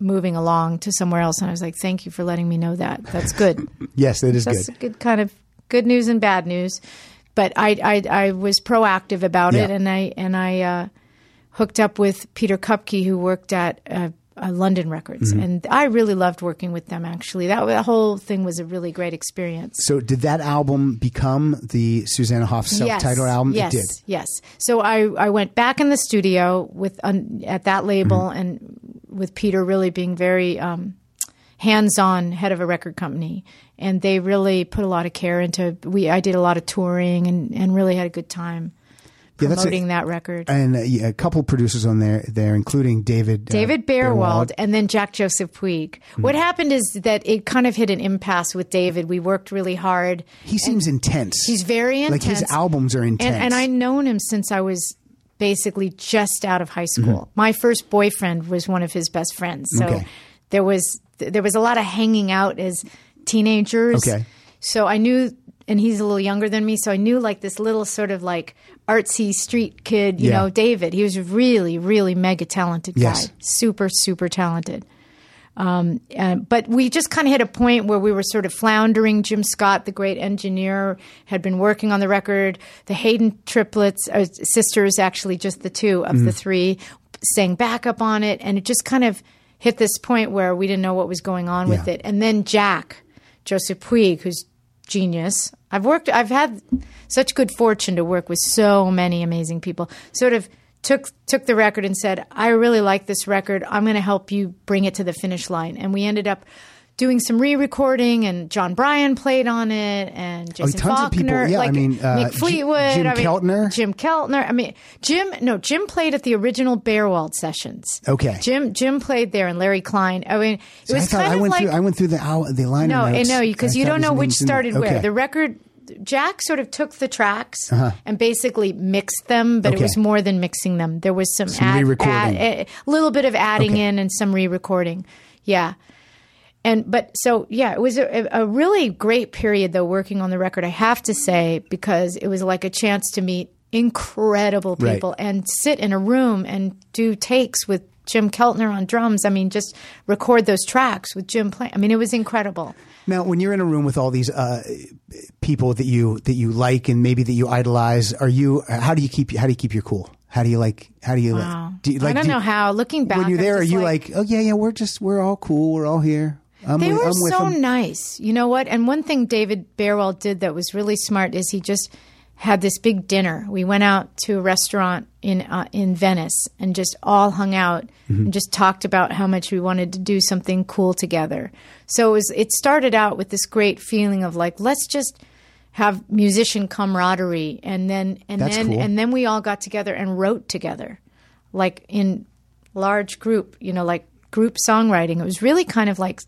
D: Moving along to somewhere else, and I was like, "Thank you for letting me know that. That's good."
B: Yes, that is
D: that's
B: good.
D: a good kind of good news and bad news. But I I, I was proactive about it,
B: Yeah.
D: and I and I uh, hooked up with Peter Kupke, who worked at uh, uh, London Records,
B: Mm-hmm.
D: and I really loved working with them. Actually, that, that whole thing was a really great experience.
B: So did that album become the Susanna Hoff self-titled album?
D: Yes,
B: It did.
D: yes. So I, I went back in the studio with un, at that label
B: Mm-hmm.
D: and with Peter really being very um, hands on head of a record company, and they really put a lot of care into. We I did a lot of touring and, and really had a good time
B: Yeah, that's it.
D: promoting that record.
B: And uh, yeah, a couple producers on there there, including David uh,
D: David Bearwald and then Jack Joseph Puig.
B: Mm-hmm.
D: What happened is that it kind of hit an impasse with David. We worked really hard.
B: He seems intense.
D: He's very intense.
B: Like his albums are intense.
D: And, and I'd known him since I was basically just out of high school. My first boyfriend was one of his best friends. So
B: Mm-hmm. Okay.
D: there was th- there was a lot of hanging out as teenagers.
B: Okay.
D: So I knew and he's a little younger than me, so I knew like this little sort of like artsy street kid, you
B: Yeah.
D: know, David. He was a really, really mega talented
B: Yes.
D: guy. Super, super talented. Um, but we just kind of hit a point where we were sort of floundering. Jim Scott, the great engineer, had been working on the record. The Hayden triplets, uh, sisters, actually, just the two of the
B: Mm.
D: three, sang backup on it. And it just kind of hit this point where we didn't know what was going on with
B: Yeah.
D: it. And then Jack, Joseph Puig, who's genius. I've worked, I've had such good fortune to work with so many amazing people. Sort of took took the record and said, "I really like this record. I'm going to help you bring it to the finish line." And we ended up doing some re-recording, and John Bryan played on it, and Jason
B: Oh, tons of
D: Faulkner,
B: people. Yeah, I
D: like
B: mean, uh,
D: Mick
B: J-
D: Fleetwood,
B: Jim
D: I mean,
B: Keltner.
D: Jim Keltner. I mean, Jim. No, Jim played at the original Bearwald sessions.
B: Okay.
D: Jim Jim played there, and Larry Klein. I mean, it
B: So
D: was
B: I thought
D: kind
B: I
D: of
B: went
D: like
B: through I went through the hour, the line
D: no,
B: notes.
D: I know because
B: I
D: you
B: thought
D: don't
B: his
D: know
B: name
D: which
B: was in there.
D: started where.
B: Okay. Uh-huh.
D: The record Jack sort of took the tracks and basically mixed them, but it
B: Okay.
D: was more than mixing them. There was some, add-
B: re-recording.
D: add- eh, a little bit of adding
B: Okay.
D: in and some re-recording. Yeah. And but so yeah, it was a, a really great period though working on the record. I have to say because it was like a chance to meet incredible
B: Right.
D: people and sit in a room and do takes with Jim Keltner on drums. I mean, just record those tracks with Jim playing. I mean, it was incredible.
B: Now, when you're in a room with all these uh, people that you that you like and maybe that you idolize, are you? How do you keep how do you keep your cool? How do you like? How do you
D: Wow.
B: like? Do you, like
D: I don't
B: do you-
D: know how. Looking back,
B: When you're
D: I'm
B: there, are
D: just
B: you like, oh yeah, yeah, we're just we're all cool, we're all here. I'm
D: they
B: with,
D: were
B: I'm with
D: so
B: 'em."
D: nice. You know what? And one thing David Bearwell did that was really smart is he just had this big dinner. We went out to a restaurant in uh, in Venice and just all hung out
B: Mm-hmm.
D: and just talked about how much we wanted to do something cool together. So it was it started out with this great feeling of like let's just have musician camaraderie and then and
B: That's
D: then
B: cool.
D: and then we all got together and wrote together like in large group, you know, like group songwriting. It was really kind of like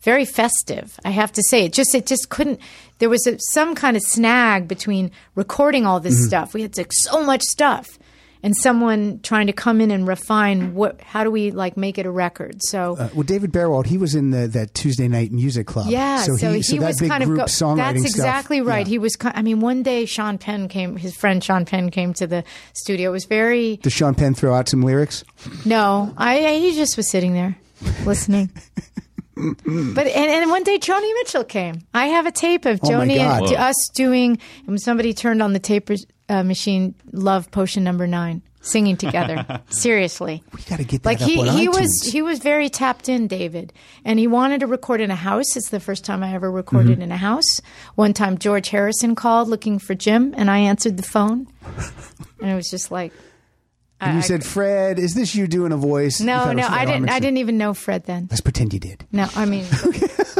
D: very festive. I have to say, it just it just couldn't. There was a, some kind of snag between recording all this
B: Mm-hmm.
D: stuff. We had like so much stuff, and someone trying to come in and refine what. How do we like make it a record? So.
B: Well, David Bearwald, he was in the that Tuesday night music club.
D: yeah, so, he,
B: so that
D: was
B: big
D: kind of
B: group
D: go-
B: songwriting
D: That's
B: stuff,
D: exactly right.
B: yeah.
D: He was. ki- I mean, one day Sean Penn came. His friend Sean Penn came to the studio. It was very
B: Does Sean Penn throw out some lyrics?
D: No, I, I he just was sitting there listening. but and, and one day Joni Mitchell came. I have a tape of
B: Oh, my
D: Joni and
B: God.
D: d- us doing. And somebody turned on the tape uh, machine. Love potion number nine, singing together. Seriously,
B: We got to get that
D: like
B: up
D: he
B: on
D: he
B: iTunes.
D: was he was very tapped in, David, and he wanted to record in a house. It's the first time I ever recorded
B: Mm-hmm.
D: in a house. One time George Harrison called looking for Jim, and I answered the phone, and it was just like.
B: And you
D: I-
B: said, "Fred, is this you doing a voice?" You thought
D: uh, No,
B: it
D: no,
B: was Fred
D: I didn't. I
B: Armisen.
D: didn't even know Fred then.
B: Let's pretend you did.
D: No, I mean,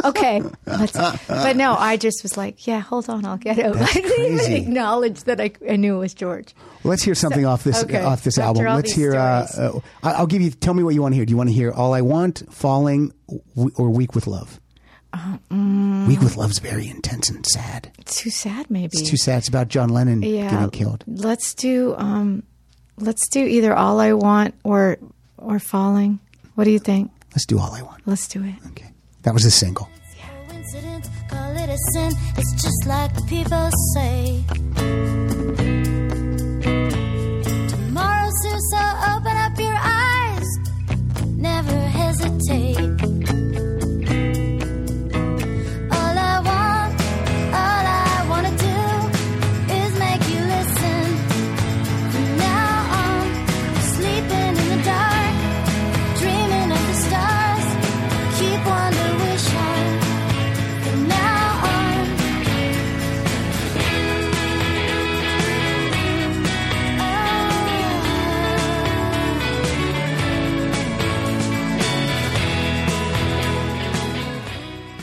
D: okay, let's, but no, I just was like, yeah, hold on, I'll get over.
B: That's
D: I didn't
B: crazy.
D: even acknowledge that I, I knew it was George.
B: Well, let's hear something off this
D: okay.
B: off this
D: After
B: album.
D: all
B: Let's
D: these
B: hear. Uh,
D: stories.
B: uh, I- I'll give you. Tell me what you want to hear. Do you want to hear "All I Want," "Falling," w- or "Weak with Love"?
D: Uh, mm.
B: "Weak with Love's very intense and sad.
D: It's too sad, maybe.
B: It's too sad. It's about John Lennon
D: yeah,
B: getting killed.
D: Let's do, um, let's do either all I want or or falling. What do you think?
B: Let's do "All I Want."
D: Let's do it.
B: Okay, that was a single.
H: coincidence, call it a sin. It's just like people say. Tomorrow, soon, so open up your eyes. Never hesitate. All I want, all I wanna do is make you listen. From now on, sleeping in the dark, dreaming of the stars. Keep wonder wishing. Now on,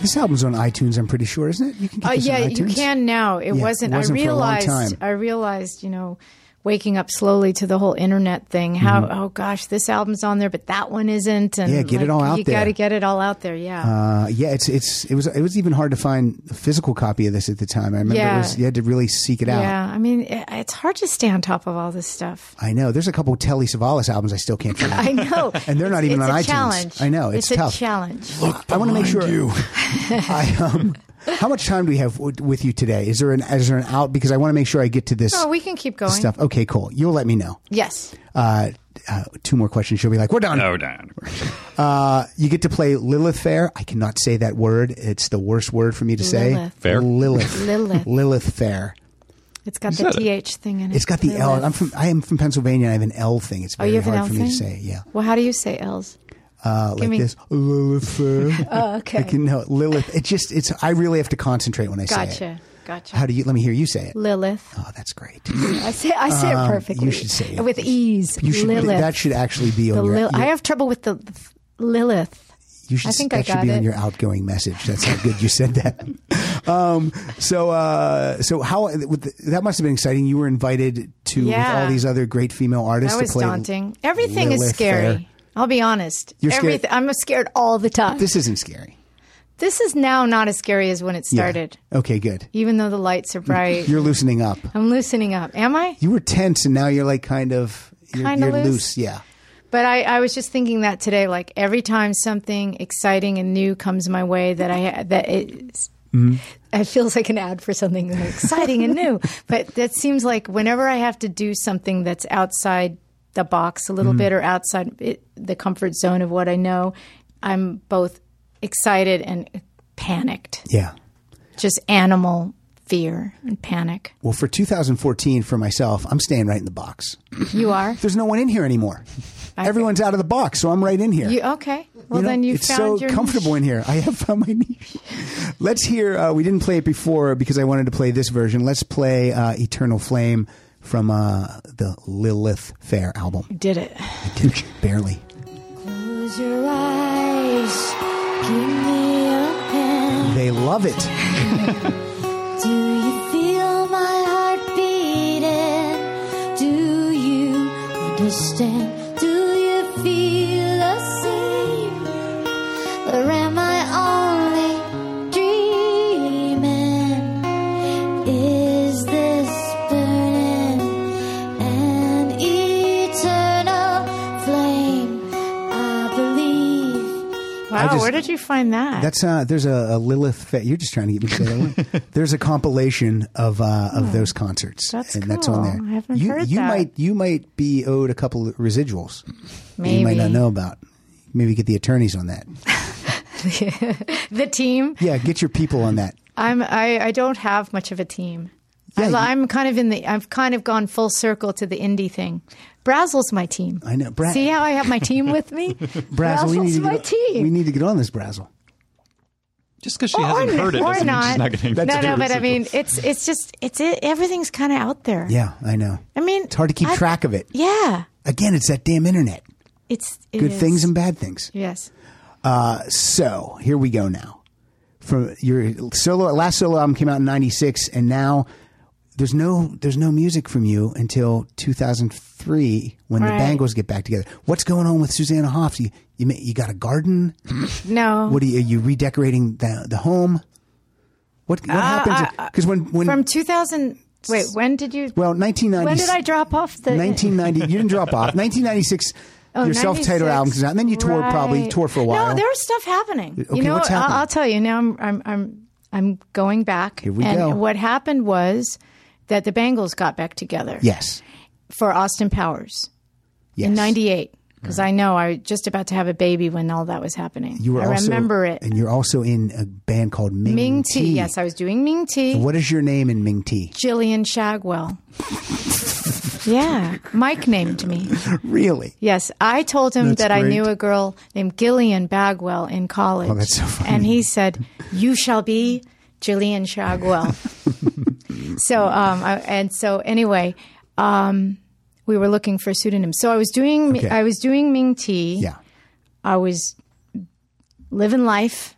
B: This album's on iTunes. I'm pretty sure, isn't it? You can get
D: Uh,
B: this
D: yeah,
B: on
D: you
B: iTunes?
D: can now. It
B: Yeah,
D: wasn't.
B: it wasn't
D: I
B: for a long
D: realized.
B: time.
D: I realized. You know, waking up slowly to the whole internet thing. How oh gosh, this album's on there, but that one isn't. And
B: Mm-hmm. Yeah, get it all
D: like,
B: out
D: you
B: there.
D: got to get it all out there. Yeah.
B: Uh, yeah, it's it's it was it was even hard to find a physical copy of this at the time. I remember it
D: Yeah.
B: was you had to really seek it out.
D: yeah. I mean, it, it's hard to stay on top of all this stuff.
B: I know. There's a couple Telly Savalas albums I still can't find.
D: I know.
B: And they're not
D: It's-
B: even on
D: it's a
B: iTunes.
D: Challenge.
B: I know, it's
D: a
B: tough.
D: challenge.
B: Oh, I want to make sure. You. I, um, how much time do we have w- with you today? Is there an is there an out? Because I want to make sure I get to this
D: Oh, we can keep going.
B: stuff. Okay, cool. You'll let me know.
D: Yes.
B: Uh, uh, two more questions. She'll be like, "We're done."
C: No, Dan.
B: Uh, you get to play Lilith Fair. I cannot say that word. It's the worst word for me to say.
D: Lilith.
C: Fair?
B: Lilith.
D: Lilith.
B: Lilith Fair.
D: It's got the
C: said it.
D: th thing in it.
B: It's got the L.
D: Lilith.
B: I'm from. I am from Pennsylvania. and I have an L thing. It's
D: Oh,
B: very
D: you have an
B: hard
D: L
B: for
D: thing.
B: me to say. Yeah,
D: Well, how do you say L's?
B: uh, like
D: me-
B: this. Lilith Fair.
D: Oh, okay.
B: I can no Lilith. It just. It's. I really have to concentrate when I say it.
D: Gotcha. Gotcha.
B: How do you? Let me hear you say it.
D: Lilith.
B: Oh, that's great.
D: I say I say it perfectly.
B: Um, you should say it.
D: with ease.
B: You should.
D: Lilith.
B: That should actually be
D: the
B: on your.
D: Lil-
B: your-
D: I have trouble with the, the f- Lilith.
B: You should,
D: I think
B: that
D: I
B: should
D: got
B: be on
D: it.
B: your outgoing message. That's how good you said that. Um, so, uh, so how with the, that must have been exciting. You were invited to with
D: Yeah.
B: all these other great female artists.
D: That was
B: to play
D: daunting. Everything is
B: Lilith
D: scary.
B: Fair.
D: I'll be honest.
B: You're scared-
D: Everything. I'm scared all the time. This,
B: This isn't scary.
D: is now not as scary as when it
B: Yeah.
D: started.
B: Okay, good.
D: Even though the lights are bright,
B: You're loosening up.
D: I'm loosening up. Am I?
B: You were tense, and now you're like kind of you're,
D: Kinda
B: you're
D: loose?
B: loose. Yeah.
D: But I, I was just thinking that today. Like every time something exciting and new comes my way, that I that it.
B: Mm-hmm.
D: It feels like an ad for something exciting and new, but that seems like whenever I have to do something that's outside the box a little
B: Mm-hmm.
D: bit or outside it, the comfort zone of what I know, I'm both excited and panicked.
B: Yeah.
D: Just animal fear and panic.
B: Well, for 2014, for myself, I'm staying right in the box.
D: You are
B: There's no one in here anymore. Everyone's out of the box, so I'm right in here.
D: you okay? Well,
B: You know,
D: then you
B: it's
D: found
B: so
D: your
B: comfortable in here. I have found my niche. Let's hear. Uh, we didn't play it before because I wanted to play this version. Let's play uh, "Eternal Flame" from uh, the Lilith Fair album.
D: Did it?
B: Barely.
H: close your eyes. Give me a pen.
B: They love it.
H: Do you feel my heart beating? Do you understand? Do you feel the same? Or am I only dreaming? Is this burning an eternal flame? I believe.
D: Wow,
B: just-
D: where did you find that?
B: That's uh, there's a, a Lilith. Fair. You're just trying to get me to say that one. There's a compilation of uh, of those concerts,
D: Hmm. That's
B: and that's on
D: cool.
B: there.
D: I haven't
B: you,
D: heard
B: you
D: that.
B: might you might be owed a couple of residuals. that You might
D: Maybe.
B: not know about. Maybe get the attorneys on that.
D: the team.
B: Yeah, get your people on that.
D: I'm I, I don't have much of a team.
B: Yeah,
D: I,
B: you-
D: I'm kind of in the I've kind of gone full circle to the indie thing. Brazzle's my team.
B: I know. Bra-
D: See how I have my team with me?
B: Brazzle, we need
D: Brazzle's
B: to
D: my
B: get,
D: team.
B: We need to get on this Brazzle.
F: Just because she
D: Or-
F: hasn't
D: or,
F: heard it
D: or
F: doesn't mean
D: not.
F: she's not getting
D: no,
F: to do
D: no,
F: it.
D: but I mean, it's it's just it's it, everything's kind of out there.
B: Yeah, I know.
D: I mean,
B: it's hard to keep
D: I-
B: track of it.
D: Yeah,
B: Again, it's that damn internet.
D: it's it
B: Good
D: is.
B: things and bad things.
D: yes,
B: So here we go now. From your solo last solo album came out in '96, and now there's no there's no music from you until 2003 when
D: Right.
B: the Bangles get back together. What's going on with Susanna Hoffs? You you, ma- you got a garden?
D: no.
B: What are you, are you redecorating the the home? What what happens? Because when when
D: Uh, From 2000. Wait, when did you?
B: well 1990
D: when did I drop off the?
B: 1990 you didn't drop off 1996
D: Oh,
B: your self-titled
D: 96.
B: album comes out and then you toured probably
D: Right.
B: toured for a while
D: No, there's stuff happening.
B: Okay,
D: you know,
B: what's happening?
D: I'll, I'll tell you. Now I'm I'm I'm I'm going back.
B: Here we
D: and
B: go.
D: what happened was that the Bengals got back together
B: yes
D: for Austin Powers
B: yes
D: in 98 because I know I was just about to have a baby when all that was happening.
B: you were
D: I
B: also,
D: remember it.
B: and you're also in a band called Ming,
D: Ming T. Yes, I was doing Ming T.
B: what is your name in Ming T
D: Jillian Shagwell. yeah, Mike named me.
B: really
D: Yes, I told him
B: That's
D: that I
B: great.
D: knew a girl named Gillian Bagwell in college.
B: Oh, that's so funny.
D: And he said, "You shall be Gillian Shagwell." so, um, I, and so anyway, um, we were looking for a pseudonym. So I was doing
B: Okay.
D: I was doing Ming T.
B: yeah
D: I was living life,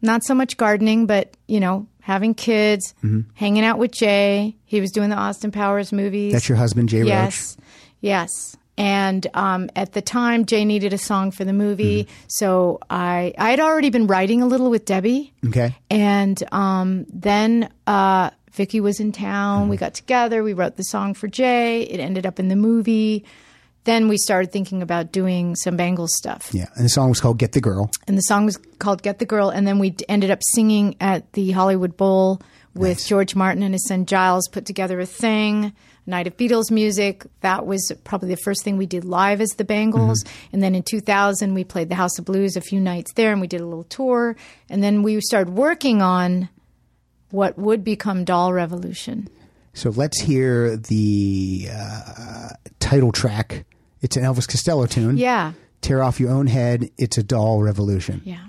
D: not so much gardening, but you know, having kids,
B: Mm-hmm.
D: hanging out with Jay. He was doing the Austin Powers movies.
B: that's your husband Jay
D: Yes, yes. And um, at the time, Jay needed a song for the movie, so I I had already been writing a little with Debbie,
B: Roach okay
D: and um, then uh, Vicky was in town. We got together. We wrote the song for Jay. It ended up in the movie. Then we started thinking about doing some Bangles stuff
B: yeah and the song was called Get the Girl
D: and the song was called "Get the Girl." And then we d- ended up singing at the Hollywood Bowl with George Martin and his son Giles. Put together a thing, a night of Beatles music. That was probably the first thing we did live as the Bangles. And then in 2000, we played the House of Blues a few nights there, and we did a little tour. And then we started working on what would become Doll Revolution.
B: so let's hear the uh, title track it's an Elvis Costello tune
D: Yeah,
B: tear off your own head it's a doll revolution
D: yeah.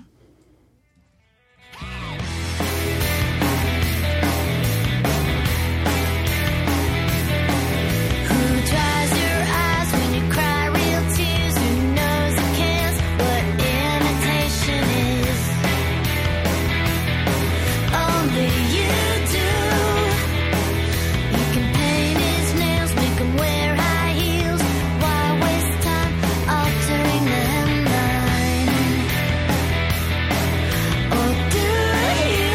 H: Who dries your eyes when you cry real tears? Who knows and cares what imitation is? Only you do. You can paint his nails, make him wear high heels. Why waste time altering the hemline? Or do you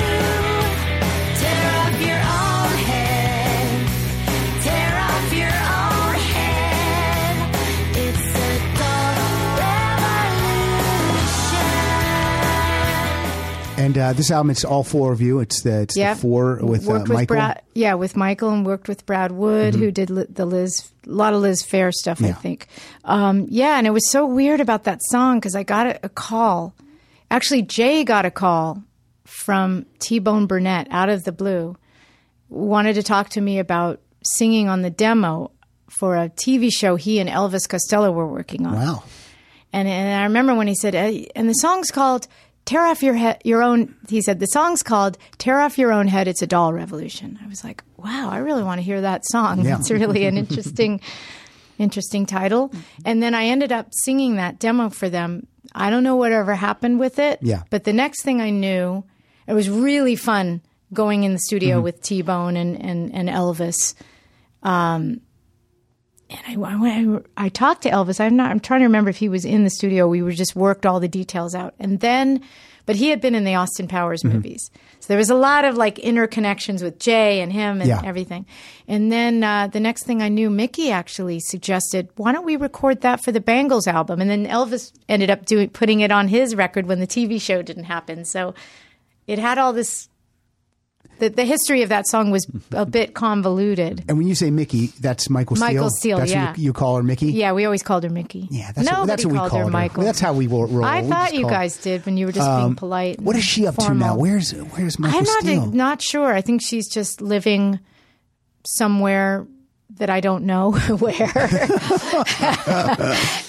H: tear off your own head? Tear off your own head. It's a total revolution.
B: And uh, this album, it's all four of you. It's the, it's
D: Yep.
B: the four with, uh,
D: worked with
B: Michael. Mm-hmm.
D: Brad, yeah, with Michael and worked with Brad Wood, who did li- the Liz, a lot of Liz Fair stuff, I
B: Yeah.
D: think. Um, yeah, and it was so weird about that song because I got a, a call. Actually, Jay got a call from T Bone Burnett out of the blue, wanted to talk to me about singing on the demo for a TV show he and Elvis Costello were working on.
B: Wow.
D: And, and I remember when he said, eh, and the song's called Tear Off Your Head, Your Own. He said, the song's called Tear Off Your Own Head, It's a Doll Revolution. I was like, wow, I really want to hear that song.
B: Yeah.
D: It's really an interesting, interesting title. And then I ended up singing that demo for them. I don't know whatever happened with it.
B: Yeah.
D: But the next thing I knew, it was really fun going in the studio
B: Mm-hmm.
D: with T Bone and, and, and Elvis. And I, I, went- I talked to Elvis. I'm not. I'm trying to remember if he was in the studio. We were just worked all the details out, and then, but he had been in the Austin Powers movies, so there was a lot of like interconnections with Jay and him and
B: Yeah.
D: everything. And then uh, the next thing I knew, Mickey actually suggested, "Why don't we record that for the Bangles album?" And then Elvis ended up doing putting it on his record when the TV show didn't happen. So it had all this. The, the history of that song was a bit convoluted.
B: And when you say Mickey, that's Michael Steele.
D: Michael Steele,
B: That's
D: yeah.
B: what you, you call her Mickey?
D: Yeah, we always called her Mickey.
B: Yeah, that's,
D: Nobody
B: what, that's what we
D: called her, Michael.
B: That's how we ro- roll.
D: I
B: We
D: thought
B: just
D: you
B: call-
D: guys did when you were just being polite. and
B: What is she up to now?
D: formal.
B: Where's where's Michael
D: I'm not
B: Steele?
D: not sure. I think she's just living somewhere that I don't know where.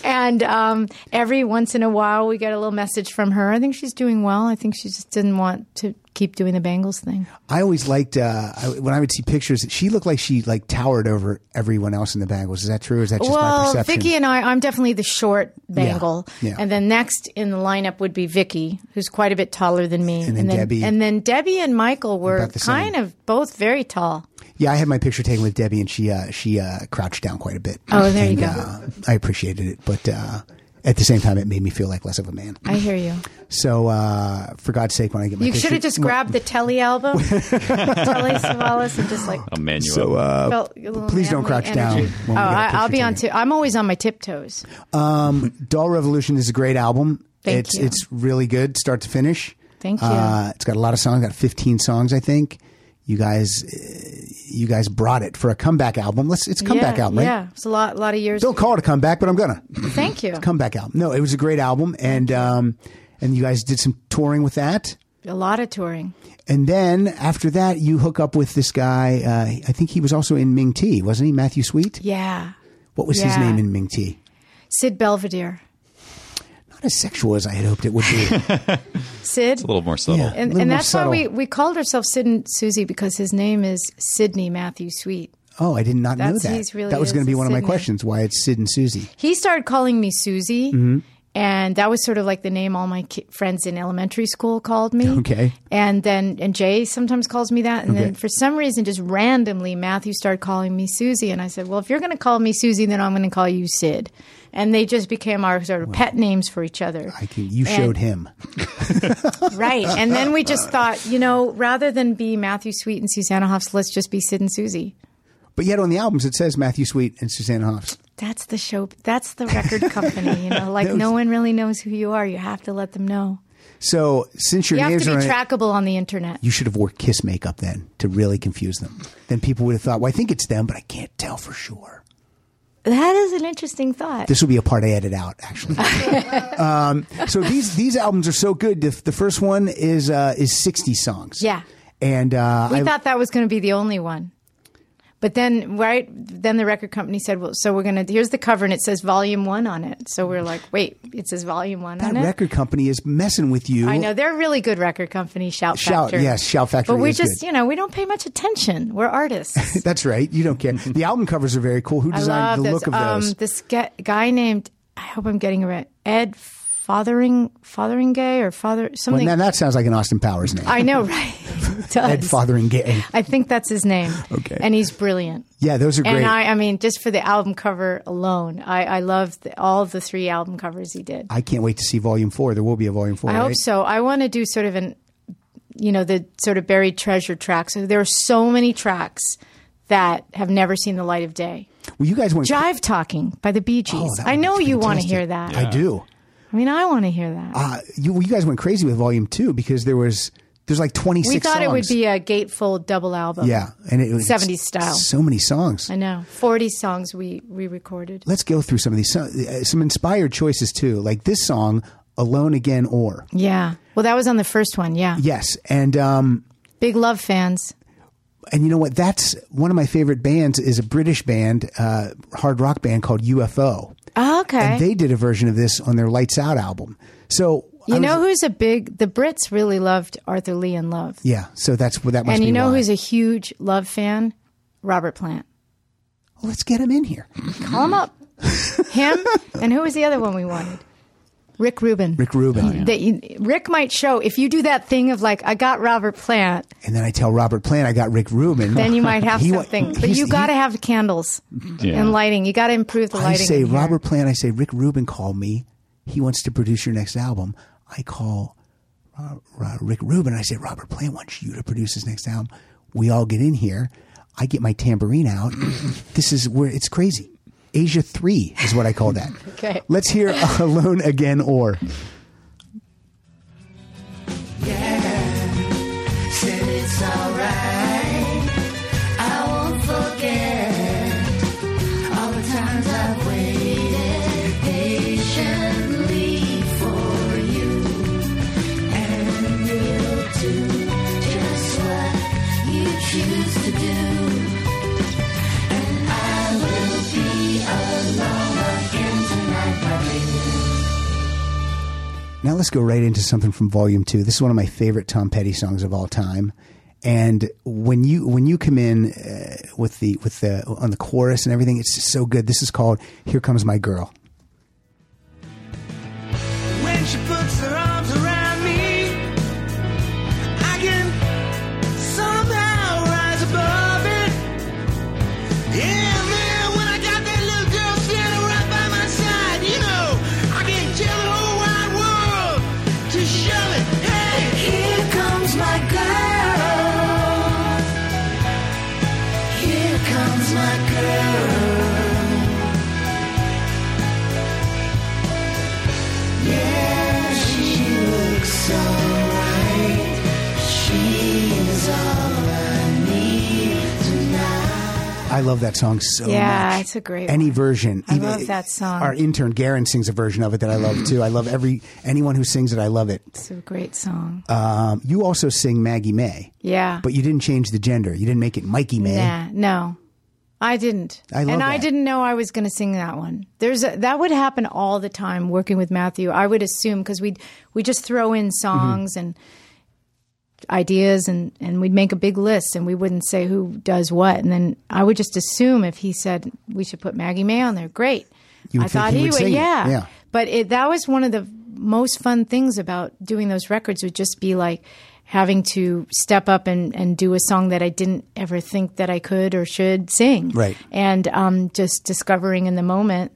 D: and um, every once in a while, we get a little message from her. I think she's doing well. I think she just didn't want to keep doing the Bengals thing.
B: I always liked uh, I, when I would see pictures. She looked like she like towered over everyone else in the Bengals. Is that true? Or is that just my
D: well,
B: perception?
D: Vicky and I, I'm definitely the short Bengal.
B: yeah.
D: And then next in the lineup would be Vicky, who's quite a bit taller than me.
B: And then Debbie.
D: And then Debbie and Michael were
B: About the same.
D: kind of both very tall.
B: yeah, I had my picture taken with Debbie, and she uh, she uh, crouched down quite a bit.
D: Oh, there you
B: And,
D: go.
B: Uh, I appreciated it, but uh, at the same time, it made me feel like less of a man.
D: I hear you.
B: So, uh, for God's sake, when I get my
D: You
B: picture-
D: should have just
B: when-
D: grabbed the Telly album, Telly Savalas, and just like
C: Emmanuel.
B: So, uh,
D: felt a little
B: please don't
D: manly
B: crouch down
D: energy.
B: when we
D: Oh,
B: get a
D: I, I'll
B: picture
D: be on.
B: taken.
D: T- I'm always on my tiptoes.
B: Um, Doll Revolution is a great album.
D: Thank
B: it's
D: you.
B: it's really good, start to finish.
D: Thank you.
B: Uh, it's got a lot of songs. Got 15 songs, I think. You guys, uh, you guys brought it for a comeback album. Let's it's a comeback
D: yeah,
B: album, right?
D: Yeah, it's a lot, lot of years.
B: Don't call it a comeback, but I'm gonna
D: Thank you.
B: comeback album. No, it was a great album, and um, and you guys did some touring with that.
D: A lot of touring.
B: And then after that, you hook up with this guy. Uh, I think he was also in Ming T, wasn't he? Matthew Sweet.
D: Yeah,
B: What was his
D: Yeah.
B: name in Ming T?
D: Sid Belvedere.
B: Not as sexual as I had hoped it would be.
D: Sid.
C: a little more subtle.
B: Yeah.
D: and,
B: little
D: and
B: more
D: that's
B: subtle.
D: why we, we called ourselves Sid and Susie because his name is Sidney Matthew Sweet.
B: Oh, I did not know
D: That's-
B: that.
D: he's really
B: that was
D: is
B: going to be
D: a
B: one of my
D: Sydney.
B: questions. Why it's Sid and Susie?
D: He started calling me Susie,
B: Mm-hmm.
D: and that was sort of like the name all my ki- friends in elementary school called me.
B: Okay.
D: and then and Jay sometimes calls me that, and
B: Okay.
D: then for some reason, just randomly, Matthew started calling me Susie, and I said, "Well, if you're going to call me Susie, then I'm going to call you Sid." And they just became our sort of pet names for each other.
B: I can, you showed him.
D: Right. And then we just thought, you know, rather than be Matthew Sweet and Susanna Hoffs, let's just be Sid and Susie.
B: But yet on the albums it says Matthew Sweet and Susanna Hoffs.
D: That's the show. That's the record company. You know, like no one really knows who you are. You have to let them know.
B: So since your
D: You have
B: names
D: to
B: are
D: be
B: on it,
D: trackable on the internet.
B: you should have wore Kiss makeup then to really confuse them. Then people would have thought, well, I think it's them, but I can't tell for sure.
D: That is an interesting thought.
B: This will be a part I edit out, actually. um, so these these albums are so good. The, the first one is uh, is sixty songs.
D: Yeah.
B: and uh,
D: We
B: I,
D: thought that was going to be the only one. But then, right, then the record company said, well, so we're going to, here's the cover and it says volume one on it. So we're like, wait, it says volume one
B: that
D: on it.
B: record company is messing with you.
D: I know they're a really good record company, Shout
B: Shout-
D: Factory.
B: yes, Shout Factory
D: But we
B: is
D: just,
B: good.
D: you know, we don't pay much attention. We're artists.
B: That's right. You don't care. the album covers are very cool. Who
D: I
B: designed
D: love
B: the look
D: those.
B: of
D: um,
B: those?
D: This ge- guy named, I hope I'm getting it right, Ed Fothering Fotheringay or Father
B: Well,
D: something.
B: now that sounds like an Austin Powers name.
D: I know, right? It does.
B: Ed Fotheringay.
D: I think that's his name.
B: Okay.
D: And he's brilliant.
B: Yeah, those are great.
D: And I, I mean, just for the album cover alone, I, I love the, all of the three album covers he did.
B: I can't wait to see Volume Four. There will be a Volume Four.
D: I
B: right?
D: hope so. I want to do sort of an, you know, the sort of buried treasure tracks. So there are so many tracks that have never seen the light of day.
B: Well, you guys went.
D: Jive Talking by the Bee
B: Oh,
D: Gees.
B: that
D: I
B: would
D: know
B: be
D: you want to
B: fantastic.
D: hear that.
B: I do.
D: I mean, I want to hear that.
B: Uh, you, well, you guys went crazy with Volume Two because there was there's like 26.
D: we thought it would
B: songs.
D: be a gatefold double album.
B: yeah, and it was
D: 70s style.
B: So many songs.
D: I know. 40 songs we, we recorded.
B: Let's go through some of these. Some, uh, some inspired choices too, like this song "Alone Again" or
D: Yeah. Well, that was on the first one. Yeah.
B: yes, and um,
D: Big Love fans.
B: and you know what? That's one of my favorite bands is a British band, uh, hard rock band called UFO.
D: Oh, okay.
B: And they did a version of this on their Lights Out album. So I
D: You
B: was-
D: know who's a big? The Brits really loved Arthur Lee and Love,
B: yeah. So that's what that must
D: and
B: be.
D: you know
B: why.
D: who's a huge Love fan? Robert Plant.
B: Well, Oh, let's get him in here.
D: Call him up. Him and who was the other one we wanted? Rick Rubin.
B: Rick Rubin.
D: That you- Rick might show if you do that thing of like I got Robert Plant,
B: And then I tell Robert Plant I got Rick Rubin.
D: then you might have
B: He wa-
D: something. But
B: he's-
D: you got to
B: he-
D: have candles
C: Yeah.
D: and lighting. You got to improve the
B: I
D: lighting.
B: say
D: in here.
B: Robert Plant. I say Rick Rubin called me. He wants to produce your next album. I call uh, Ro- Rick Rubin. I say Robert Plant wants you to produce his next album. We all get in here. I get my tambourine out. this is where it's crazy. Asia three is what I call that.
D: Okay.
B: Let's hear Alone Again or
H: Just what you choose to do, and I
B: let's go right into something from Volume Two. This is one of my favorite Tom Petty songs of all time. And when you when you come in uh, with the with the on the chorus and everything, it's just so good. This is called "Here Comes My Girl."
G: When she puts her arms around me, I can somehow rise above it. Yeah, man, when I got that little girl standing right by my side, you know, I can tell the whole wide world to shove it. Hey, here comes my girl. Here comes my girl. Yeah, she looks so right. She's all I need tonight.
B: I love that song so
D: Yeah,
B: much.
D: it's a great
B: any
D: one.
B: version.
D: I love that song.
B: Our intern Garen sings a version of it that I love too. I love every anyone who sings it. I love it.
D: It's a great song.
B: Um, you also sing Maggie May,
D: yeah.
B: but you didn't change the gender. You didn't make it Mikey May.
D: Nah, no. I didn't.
B: I love
D: and I
B: that.
D: didn't know I was going to sing that one. There's a, that would happen all the time working with Matthew. I would assume cuz we we just throw in
B: Mm-hmm.
D: songs and ideas and and we'd make a big list and we wouldn't say who does what and then I would just assume if he said we should put Maggie May on there, great.
B: You would
D: I
B: think
D: thought
B: he would sing it.
D: yeah.
B: Yeah.
D: But it, that was one of the most fun things about doing those records would just be like having to step up and, and do a song that I didn't ever think that I could or should sing.
B: Right.
D: And um, just discovering in the moment,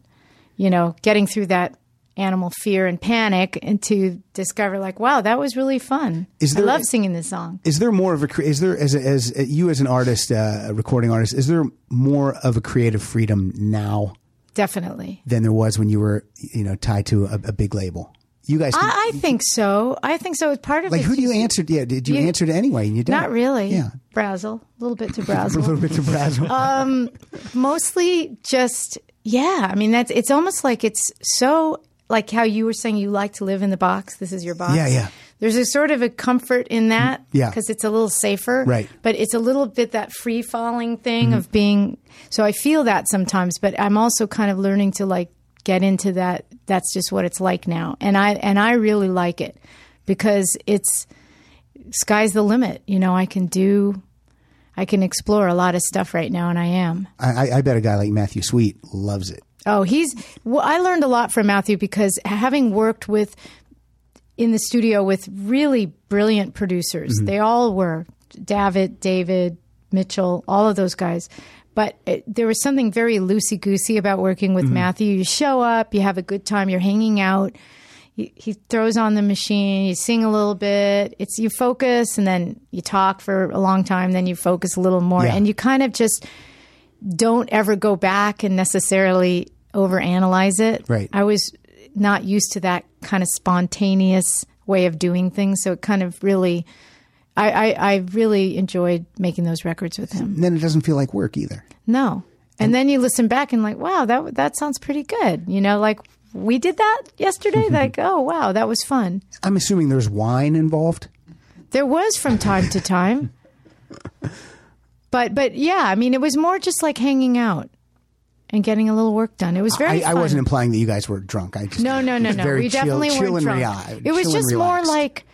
D: you know, getting through that animal fear and panic and to discover like, wow, that was really fun.
B: Is there
D: I love
B: a-
D: singing this song.
B: Is there more of a cre- is there as a, as a, you as an artist, uh, a recording artist, is there more of a creative freedom now
D: Definitely.
B: than there was when you were you know tied to a, a big label? You guys, can,
D: I, I think so. I think so. It's part of
B: like
D: it.
B: who do you answer? Yeah, did you,
D: You-
B: answer to anyway? And you don't.
D: Not really.
B: Yeah,
D: Brazzle. A little bit to
B: a
D: Brazzle.
B: little bit to Brazzle.
D: Uh, mostly just yeah i mean that's it's almost like it's so like how you were saying you like to live in the box this is your box
B: Yeah, yeah.
D: there's a sort of a comfort in that
B: yeah.
D: because it's a little safer
B: Right.
D: but it's a little bit that free falling thing of being so i feel that sometimes but i'm also kind of learning to like get into that that's just what it's like now and i and i really like it because it's sky's the limit you know i can do i can explore a lot of stuff right now and i am
B: I, I- I bet a guy like Matthew Sweet loves it.
D: Oh, he's. Well, I learned a lot from Matthew because having worked with in the studio with really brilliant producers, they all were David, David, Mitchell, all of those guys. But it, there was something very loosey goosey about working with Matthew. You show up, you have a good time, you're hanging out. He, he throws on the machine, you sing a little bit. It's you focus, and then you talk for a long time. Then you focus a little more,
B: Yeah.
D: and you kind of just don't ever go back and necessarily overanalyze it.
B: Right.
D: I was not used to that kind of spontaneous way of doing things, so it kind of really, I, I, I really enjoyed making those records with him.
B: And then it doesn't feel like work either.
D: No, and then you listen back and like, wow, that that sounds pretty good. You know, like we did that yesterday. like, oh wow, that was fun.
B: I'm assuming there's wine involved.
D: There was from time to time. But but yeah, I mean it was more just like hanging out and getting a little work done. It was very
B: I, I
D: fun.
B: wasn't implying that you guys were drunk. I just
D: No, no, no,
B: it's
D: no.
B: Very
D: we
B: chill,
D: definitely
B: chill
D: weren't
B: and
D: drunk.
B: rela-
D: it was
B: chill and
D: just more
B: relaxed.
D: like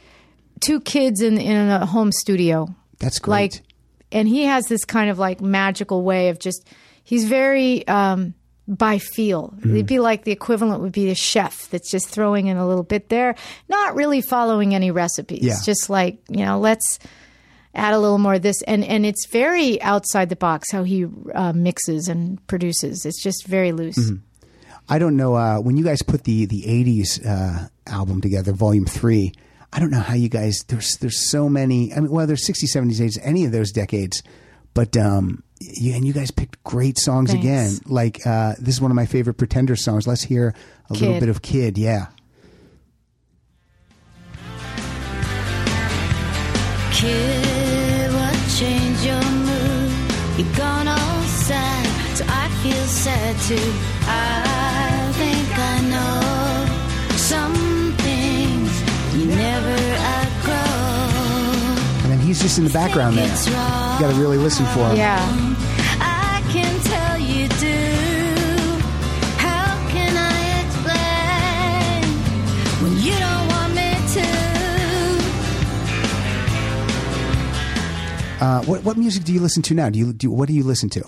D: two kids in in a home studio.
B: that's great.
D: Like and he has this kind of like magical way of just he's very um by feel.
B: Mm-hmm.
D: It'd be like the equivalent would be a chef that's just throwing in a little bit there, not really following any recipes.
B: Yeah.
D: Just like, you know, let's add a little more of this and and it's very outside the box how he uh, mixes and produces. It's just very loose.
B: Mm-hmm. I don't know uh, when you guys put the the '80s uh, album together, Volume Three. I don't know how you guys. There's there's so many. I mean, well, there's '60s, '70s, '80s, any of those decades. But um, you, and you guys picked great songs
D: Thanks.
B: again. Like uh, this is one of my favorite Pretender songs. Let's hear a little
D: Kid.
B: bit of Kid. Yeah,
H: Kid, what changed your mood? You're gone all sad, so I feel sad too. I think I know some things you never outgrow.
B: and then he's just in the background there.
H: It's
B: You
H: wrong.
B: got to really listen for him.
D: Yeah.
H: I can tell you do. How can I explain when you don't want me
B: Uh, what, what music do you listen to now? Do you do? What do you listen to?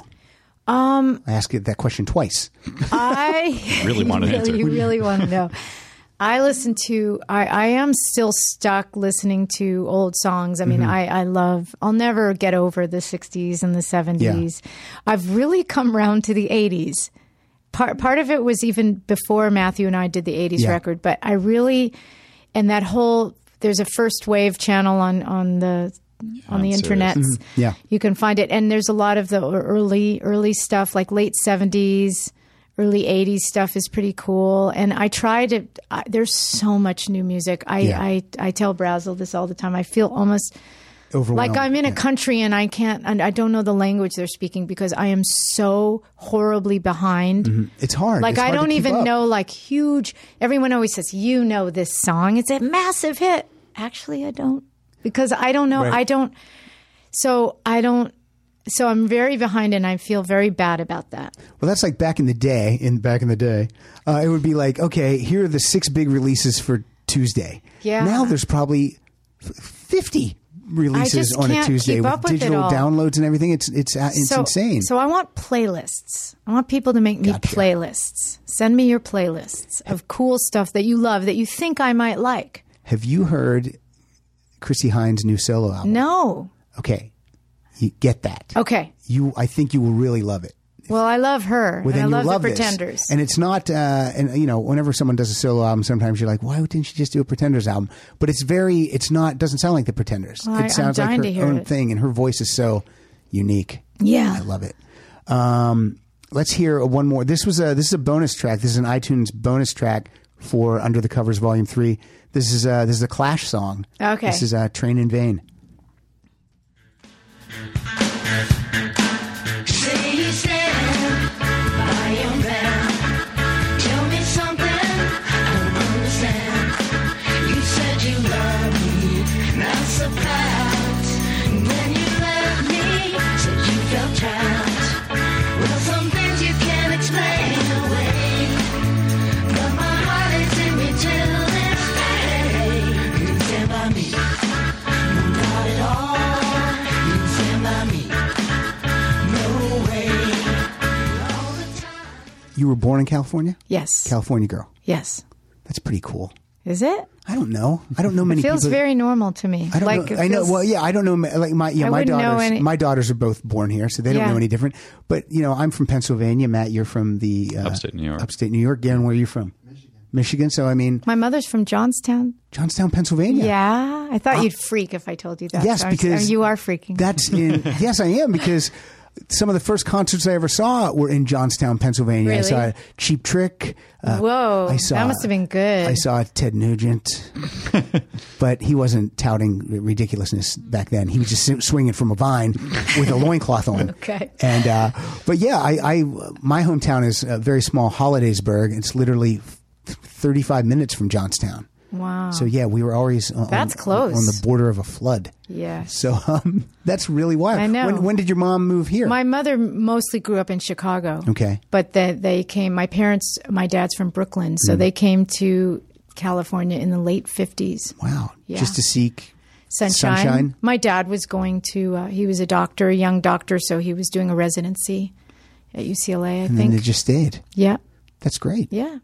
B: Um, I asked you that question twice.
D: I
C: Really want an
D: really,
C: answer.
D: You really want to know. I listen to. I, I am still stuck listening to old songs. I mean, I, I love. I'll never get over the '60s and the '70s. I've really come round to the '80s. Part part of it was even before Matthew and I did the '80s
B: Yeah.
D: record, but I really and that whole. There's a first wave channel on on the on the
C: I'm serious.
D: internet.
B: Yeah.
D: You can find it. And there's a lot of the early, early stuff, like late 70s, early 80s stuff is pretty cool. And I try to, I, there's so much new music. I,
B: Yeah.
D: I, I tell Brazel this all the time. I feel almost
B: Overwhelmed.
D: like I'm in a
B: Yeah.
D: country and I can't, and I don't know the language they're speaking because I am so horribly behind.
B: Mm-hmm. It's hard.
D: Like
B: It's
D: I
B: hard to
D: don't
B: keep
D: even
B: up.
D: know like huge. Everyone always says you know this song. It's a massive hit. Actually, I don't because I don't know.
B: Right.
D: I don't. So I don't. So I'm very behind, and I feel very bad about that.
B: Well, that's like back in the day. In back in the day, uh, it would be like, okay, here are the six big releases for Tuesday.
D: Yeah.
B: Now there's probably f- fifty releases
D: just
B: on a
D: can't
B: Tuesday
D: keep
B: with
D: up with it
B: digital
D: all.
B: downloads and everything. It's it's uh, it's
D: so,
B: insane.
D: So I want playlists. I want people to make me
B: Gotcha.
D: playlists. Send me your playlists of cool stuff that you love that you think I might like.
B: Have you heard Chrissy Hines' new solo album?
D: No.
B: Okay, you get that.
D: Okay.
B: You, I think you will really love it.
D: Well, I love her.
B: Well,
D: and
B: then
D: I
B: you
D: love,
B: love
D: the
B: this.
D: Pretenders.
B: And it's not, uh, and you know, whenever someone does a solo album, sometimes you're like, why didn't she just do a Pretenders album? But it's very, it's not, doesn't sound like the Pretenders.
D: Well, I- I'm
B: it sounds
D: dying to
B: like her
D: hear
B: own
D: it.
B: thing, and her voice is so unique.
D: Yeah.
B: I love it. Um, let's hear one more. This was a this is a bonus track. This is an iTunes bonus track for Under the Covers Volume Three. This is uh, this is a Clash song.
D: Okay.
B: This is uh, Train in Vain. You were born in California,
D: yes.
B: California girl.
D: yes.
B: That's pretty cool.
D: Is it?
B: I don't know. I don't know many.
D: feels
B: people.
D: very normal to me.
B: I don't
D: like
B: know.
D: it
B: I know.
D: feels-
B: Well, yeah, I don't know. ma- Like my yeah,
D: I
B: my
D: wouldn't know
B: daughters.
D: any-
B: My daughters are both born here, so they don't
D: Yeah.
B: know any different. But you know, I'm from Pennsylvania. Matt, you're from the uh,
C: Upstate New York.
B: Upstate New York. Yeah, and where are you from? Michigan. Michigan. So I mean,
D: my mother's from Johnstown.
B: Johnstown, Pennsylvania.
D: Yeah, I thought you'd freak if I told you that.
B: Uh, Yes,
D: So I'm-
B: because
D: you are freaking.
B: That's in. yes, I am because some of the first concerts I ever saw were in Johnstown, Pennsylvania. I
D: Really?
B: saw Cheap Trick. Uh,
D: Whoa,
B: I saw
D: that must have been good.
B: I saw Ted Nugent, but he wasn't touting ridiculousness back then. He was just sw- swinging from a vine with a loincloth on.
D: Okay.
B: And uh, but yeah, I, I my hometown is uh, very small, Hollidaysburg. It's literally thirty five minutes from Johnstown.
D: Wow.
B: So yeah, we were always on,
D: That's
B: on-
D: close.
B: on the border of a flood.
D: yeah.
B: So um, that's really wild.
D: I know.
B: When, when did your mom move here?
D: My mother mostly grew up in Chicago.
B: Okay.
D: But the, they came, my parents, my dad's from Brooklyn,
B: Mm-hmm.
D: so they came to California in the late 50s.
B: wow.
D: Yeah.
B: Just to seek.
D: Sunshine.
B: Sunshine.
D: My dad was going to, uh, he was a doctor, a young doctor, so he was doing a residency at UCLA, I
B: And then
D: think.
B: they just stayed.
D: yeah.
B: That's great.
D: Yeah.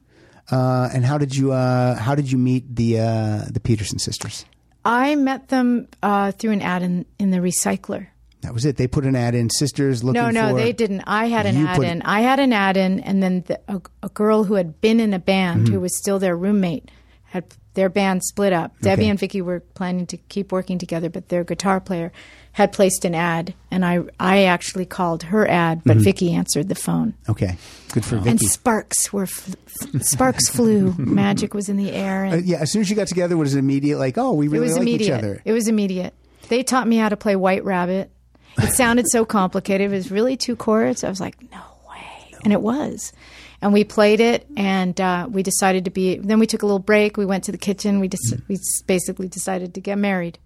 B: Uh, and how did you uh, how did you meet the uh, the Peterson sisters?
D: I met them uh, through an ad in, in the recycler.
B: That was it. They put an ad in sisters looking
D: No, no,
B: for
D: they didn't. I had an
B: You
D: ad
B: put-
D: in. I had an ad in, and then the, a, a girl who had been in a band,
B: Mm-hmm.
D: who was still their roommate, had their band split up. Debbie and Vicky were planning to keep working together, but their guitar player had placed an ad, and I, I actually called her ad, but Vicky answered the phone,
B: Okay. Good for
D: and
B: Mm-hmm. Vicky.
D: sparks were fl- f- sparks flew. Magic was in the air,
B: Uh,
D: and
B: yeah, as soon as you got together, was it immediate? Like, oh, we
D: it
B: really
D: was
B: like each
D: immediate.
B: other.
D: It was immediate. They taught me how to play White Rabbit. It sounded so complicated. It was really two chords. I was like, no way. And it was. And we played it, and uh, we decided to be. Then we took a little break. We went to the kitchen. We just we just basically decided to get married.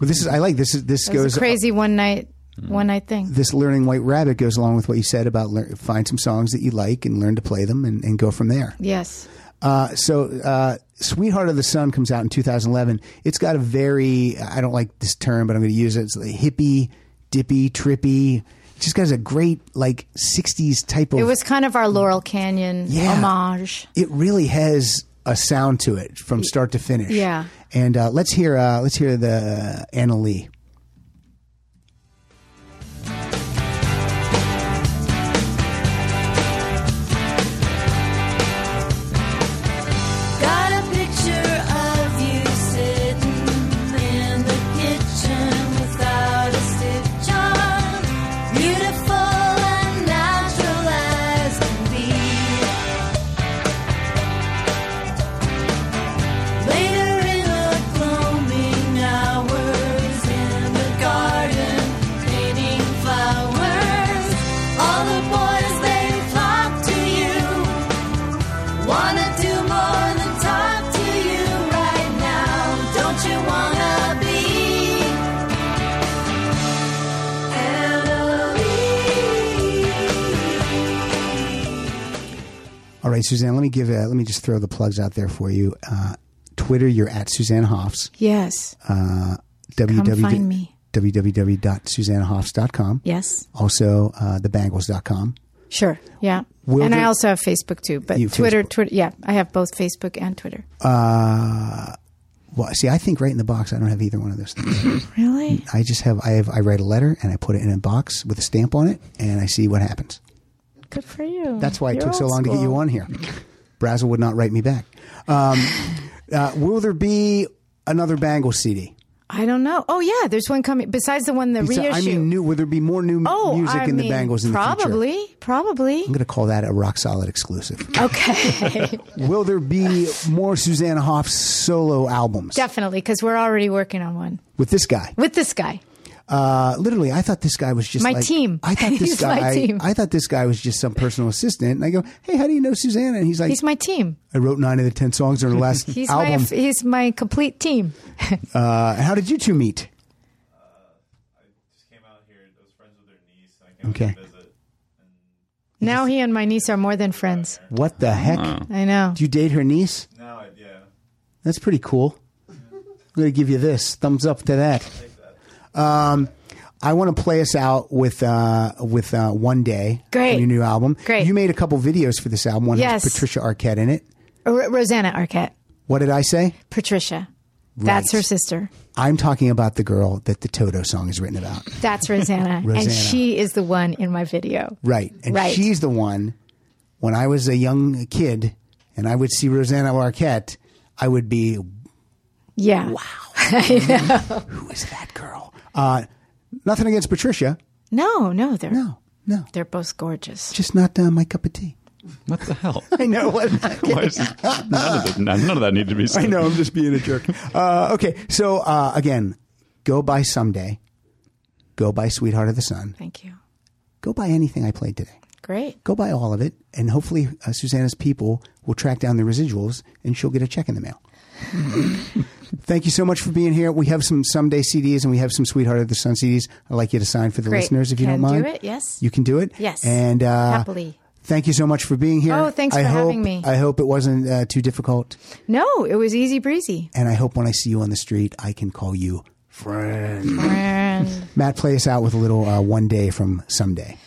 B: Well, this is I like this. Is this
D: It was
B: goes
D: a crazy one night one night thing.
B: this learning White Rabbit goes along with what you said about lear- find some songs that you like and learn to play them and, and go from there.
D: yes.
B: Uh, so, uh, Sweetheart of the Sun comes out in 2011. It's got a very, I don't like this term, but I'm going to use it. It's a hippie, dippy, trippy. It just has a great like '60s type of.
D: It was kind of our Laurel Canyon
B: Yeah.
D: homage.
B: It really has a sound to it from start to finish.
D: Yeah.
B: And uh, let's hear uh, let's hear the Anna Lee.
E: Got a picture of you sitting in the kitchen without a stitch on. Beautiful and natural as can be. Later in the gloaming hours in the garden, painting flowers. All the boys they flock to you. Wanna do more than talk to you right now. Don't you wanna be Annalie?
B: All right, Suzanne. Let me give. Uh, let me just throw the plugs out there for you. Uh, Twitter, you're at Suzanne Hoffs.
D: Yes.
B: Uh, www.
D: find me.
B: www.suzannehoffs.com.
D: Yes.
B: Also, uh, thebangles.com.
D: Sure. Yeah.
B: Will
D: and I
B: there-
D: also have Facebook too, but
B: You have
D: Twitter,
B: Facebook.
D: Twitter. Yeah, I have both Facebook and Twitter.
B: Uh, well, see, I think right in the box. I don't have either one of those things.
D: Really?
B: I just have. I have. I write a letter and I put it in a box with a stamp on it, and I see what happens.
D: Good for you.
B: That's why it
D: You're
B: took so
D: old
B: long to get you
D: school.
B: on here. Brazel would not write me back. Um, uh, will there be another Bangle CD?
D: I don't know. Oh yeah, there's one coming besides the one the
B: So,
D: reissue.
B: I mean, new. Will there be more new m-
D: oh,
B: music
D: I
B: in
D: mean,
B: the Bangles in the future?
D: probably, probably.
B: I'm going to call that a rock solid exclusive.
D: Okay,
B: Will there be more Susanna Hoff solo albums
D: definitely, because we're already working on one
B: with this guy?
D: with this guy.
B: Uh, literally, I thought this guy was just
D: My
B: like-
D: team.
B: I thought this
D: He's my
B: guy.
D: team.
B: I thought this guy was just some personal assistant. And I go, hey, how do you know Susanna? And he's like,
D: He's my team.
B: I wrote nine of the ten songs on her last
D: He's my
B: album.
D: he's my complete team.
B: uh, how did you two meet?
F: Uh, just came out here. I was friends with their niece. And I came
B: Okay.
F: out to visit.
D: Now he and my niece are more than friends.
B: What the heck?
D: I know.
B: Do you date her niece?
F: Now, I, yeah.
B: That's pretty cool. I'm going to give you this thumbs up to that. Um, I want to play us out with uh, with uh, one day.
D: Great.
B: from your new album.
D: Great.
B: You made a couple videos for this album. One
D: Yes.
B: has Patricia Arquette in it.
D: R- Rosanna Arquette,
B: What did I say?
D: Patricia. That's
B: Right.
D: her sister.
B: I'm talking about the girl that the Toto song is written about.
D: That's Rosanna,
B: Rosanna.
D: and she is the one in my video.
B: Right. And
D: Right.
B: she's the one. When I was a young kid, and I would see Rosanna Arquette, I would be,
D: Yeah.
B: who is that girl? Uh, nothing against Patricia.
D: No, no, they're
B: No, no,
D: they're both gorgeous.
B: just not uh, my cup of tea.
C: What the hell?
B: I know.
C: Why is this- none, of that, none of that needed to be said.
B: I know. I'm just being a jerk. Uh, okay. So uh, again, go by someday. Go by Sweetheart of the Sun.
D: Thank you.
B: Go by anything I played today.
D: Great.
B: Go by all of it, and hopefully uh, Susanna's people will track down the residuals, and she'll get a check in the mail. Thank you so much for being here. We have some someday CDs, and we have some Sweetheart of the Sun CDs. I'd like you to sign for the
D: Great.
B: listeners if you
D: Can
B: don't mind.
D: do it, yes.
B: you can do it.
D: Yes.
B: and uh,
D: Happily.
B: Thank you so much for being here.
D: Oh, thanks
B: I
D: for
B: hope,
D: having me.
B: I hope it wasn't uh, too difficult.
D: No, it was easy breezy.
B: and I hope when I see you on the street, I can call you friend.
D: And
B: Matt, play us out with a little uh, one day from someday.
E: Oh,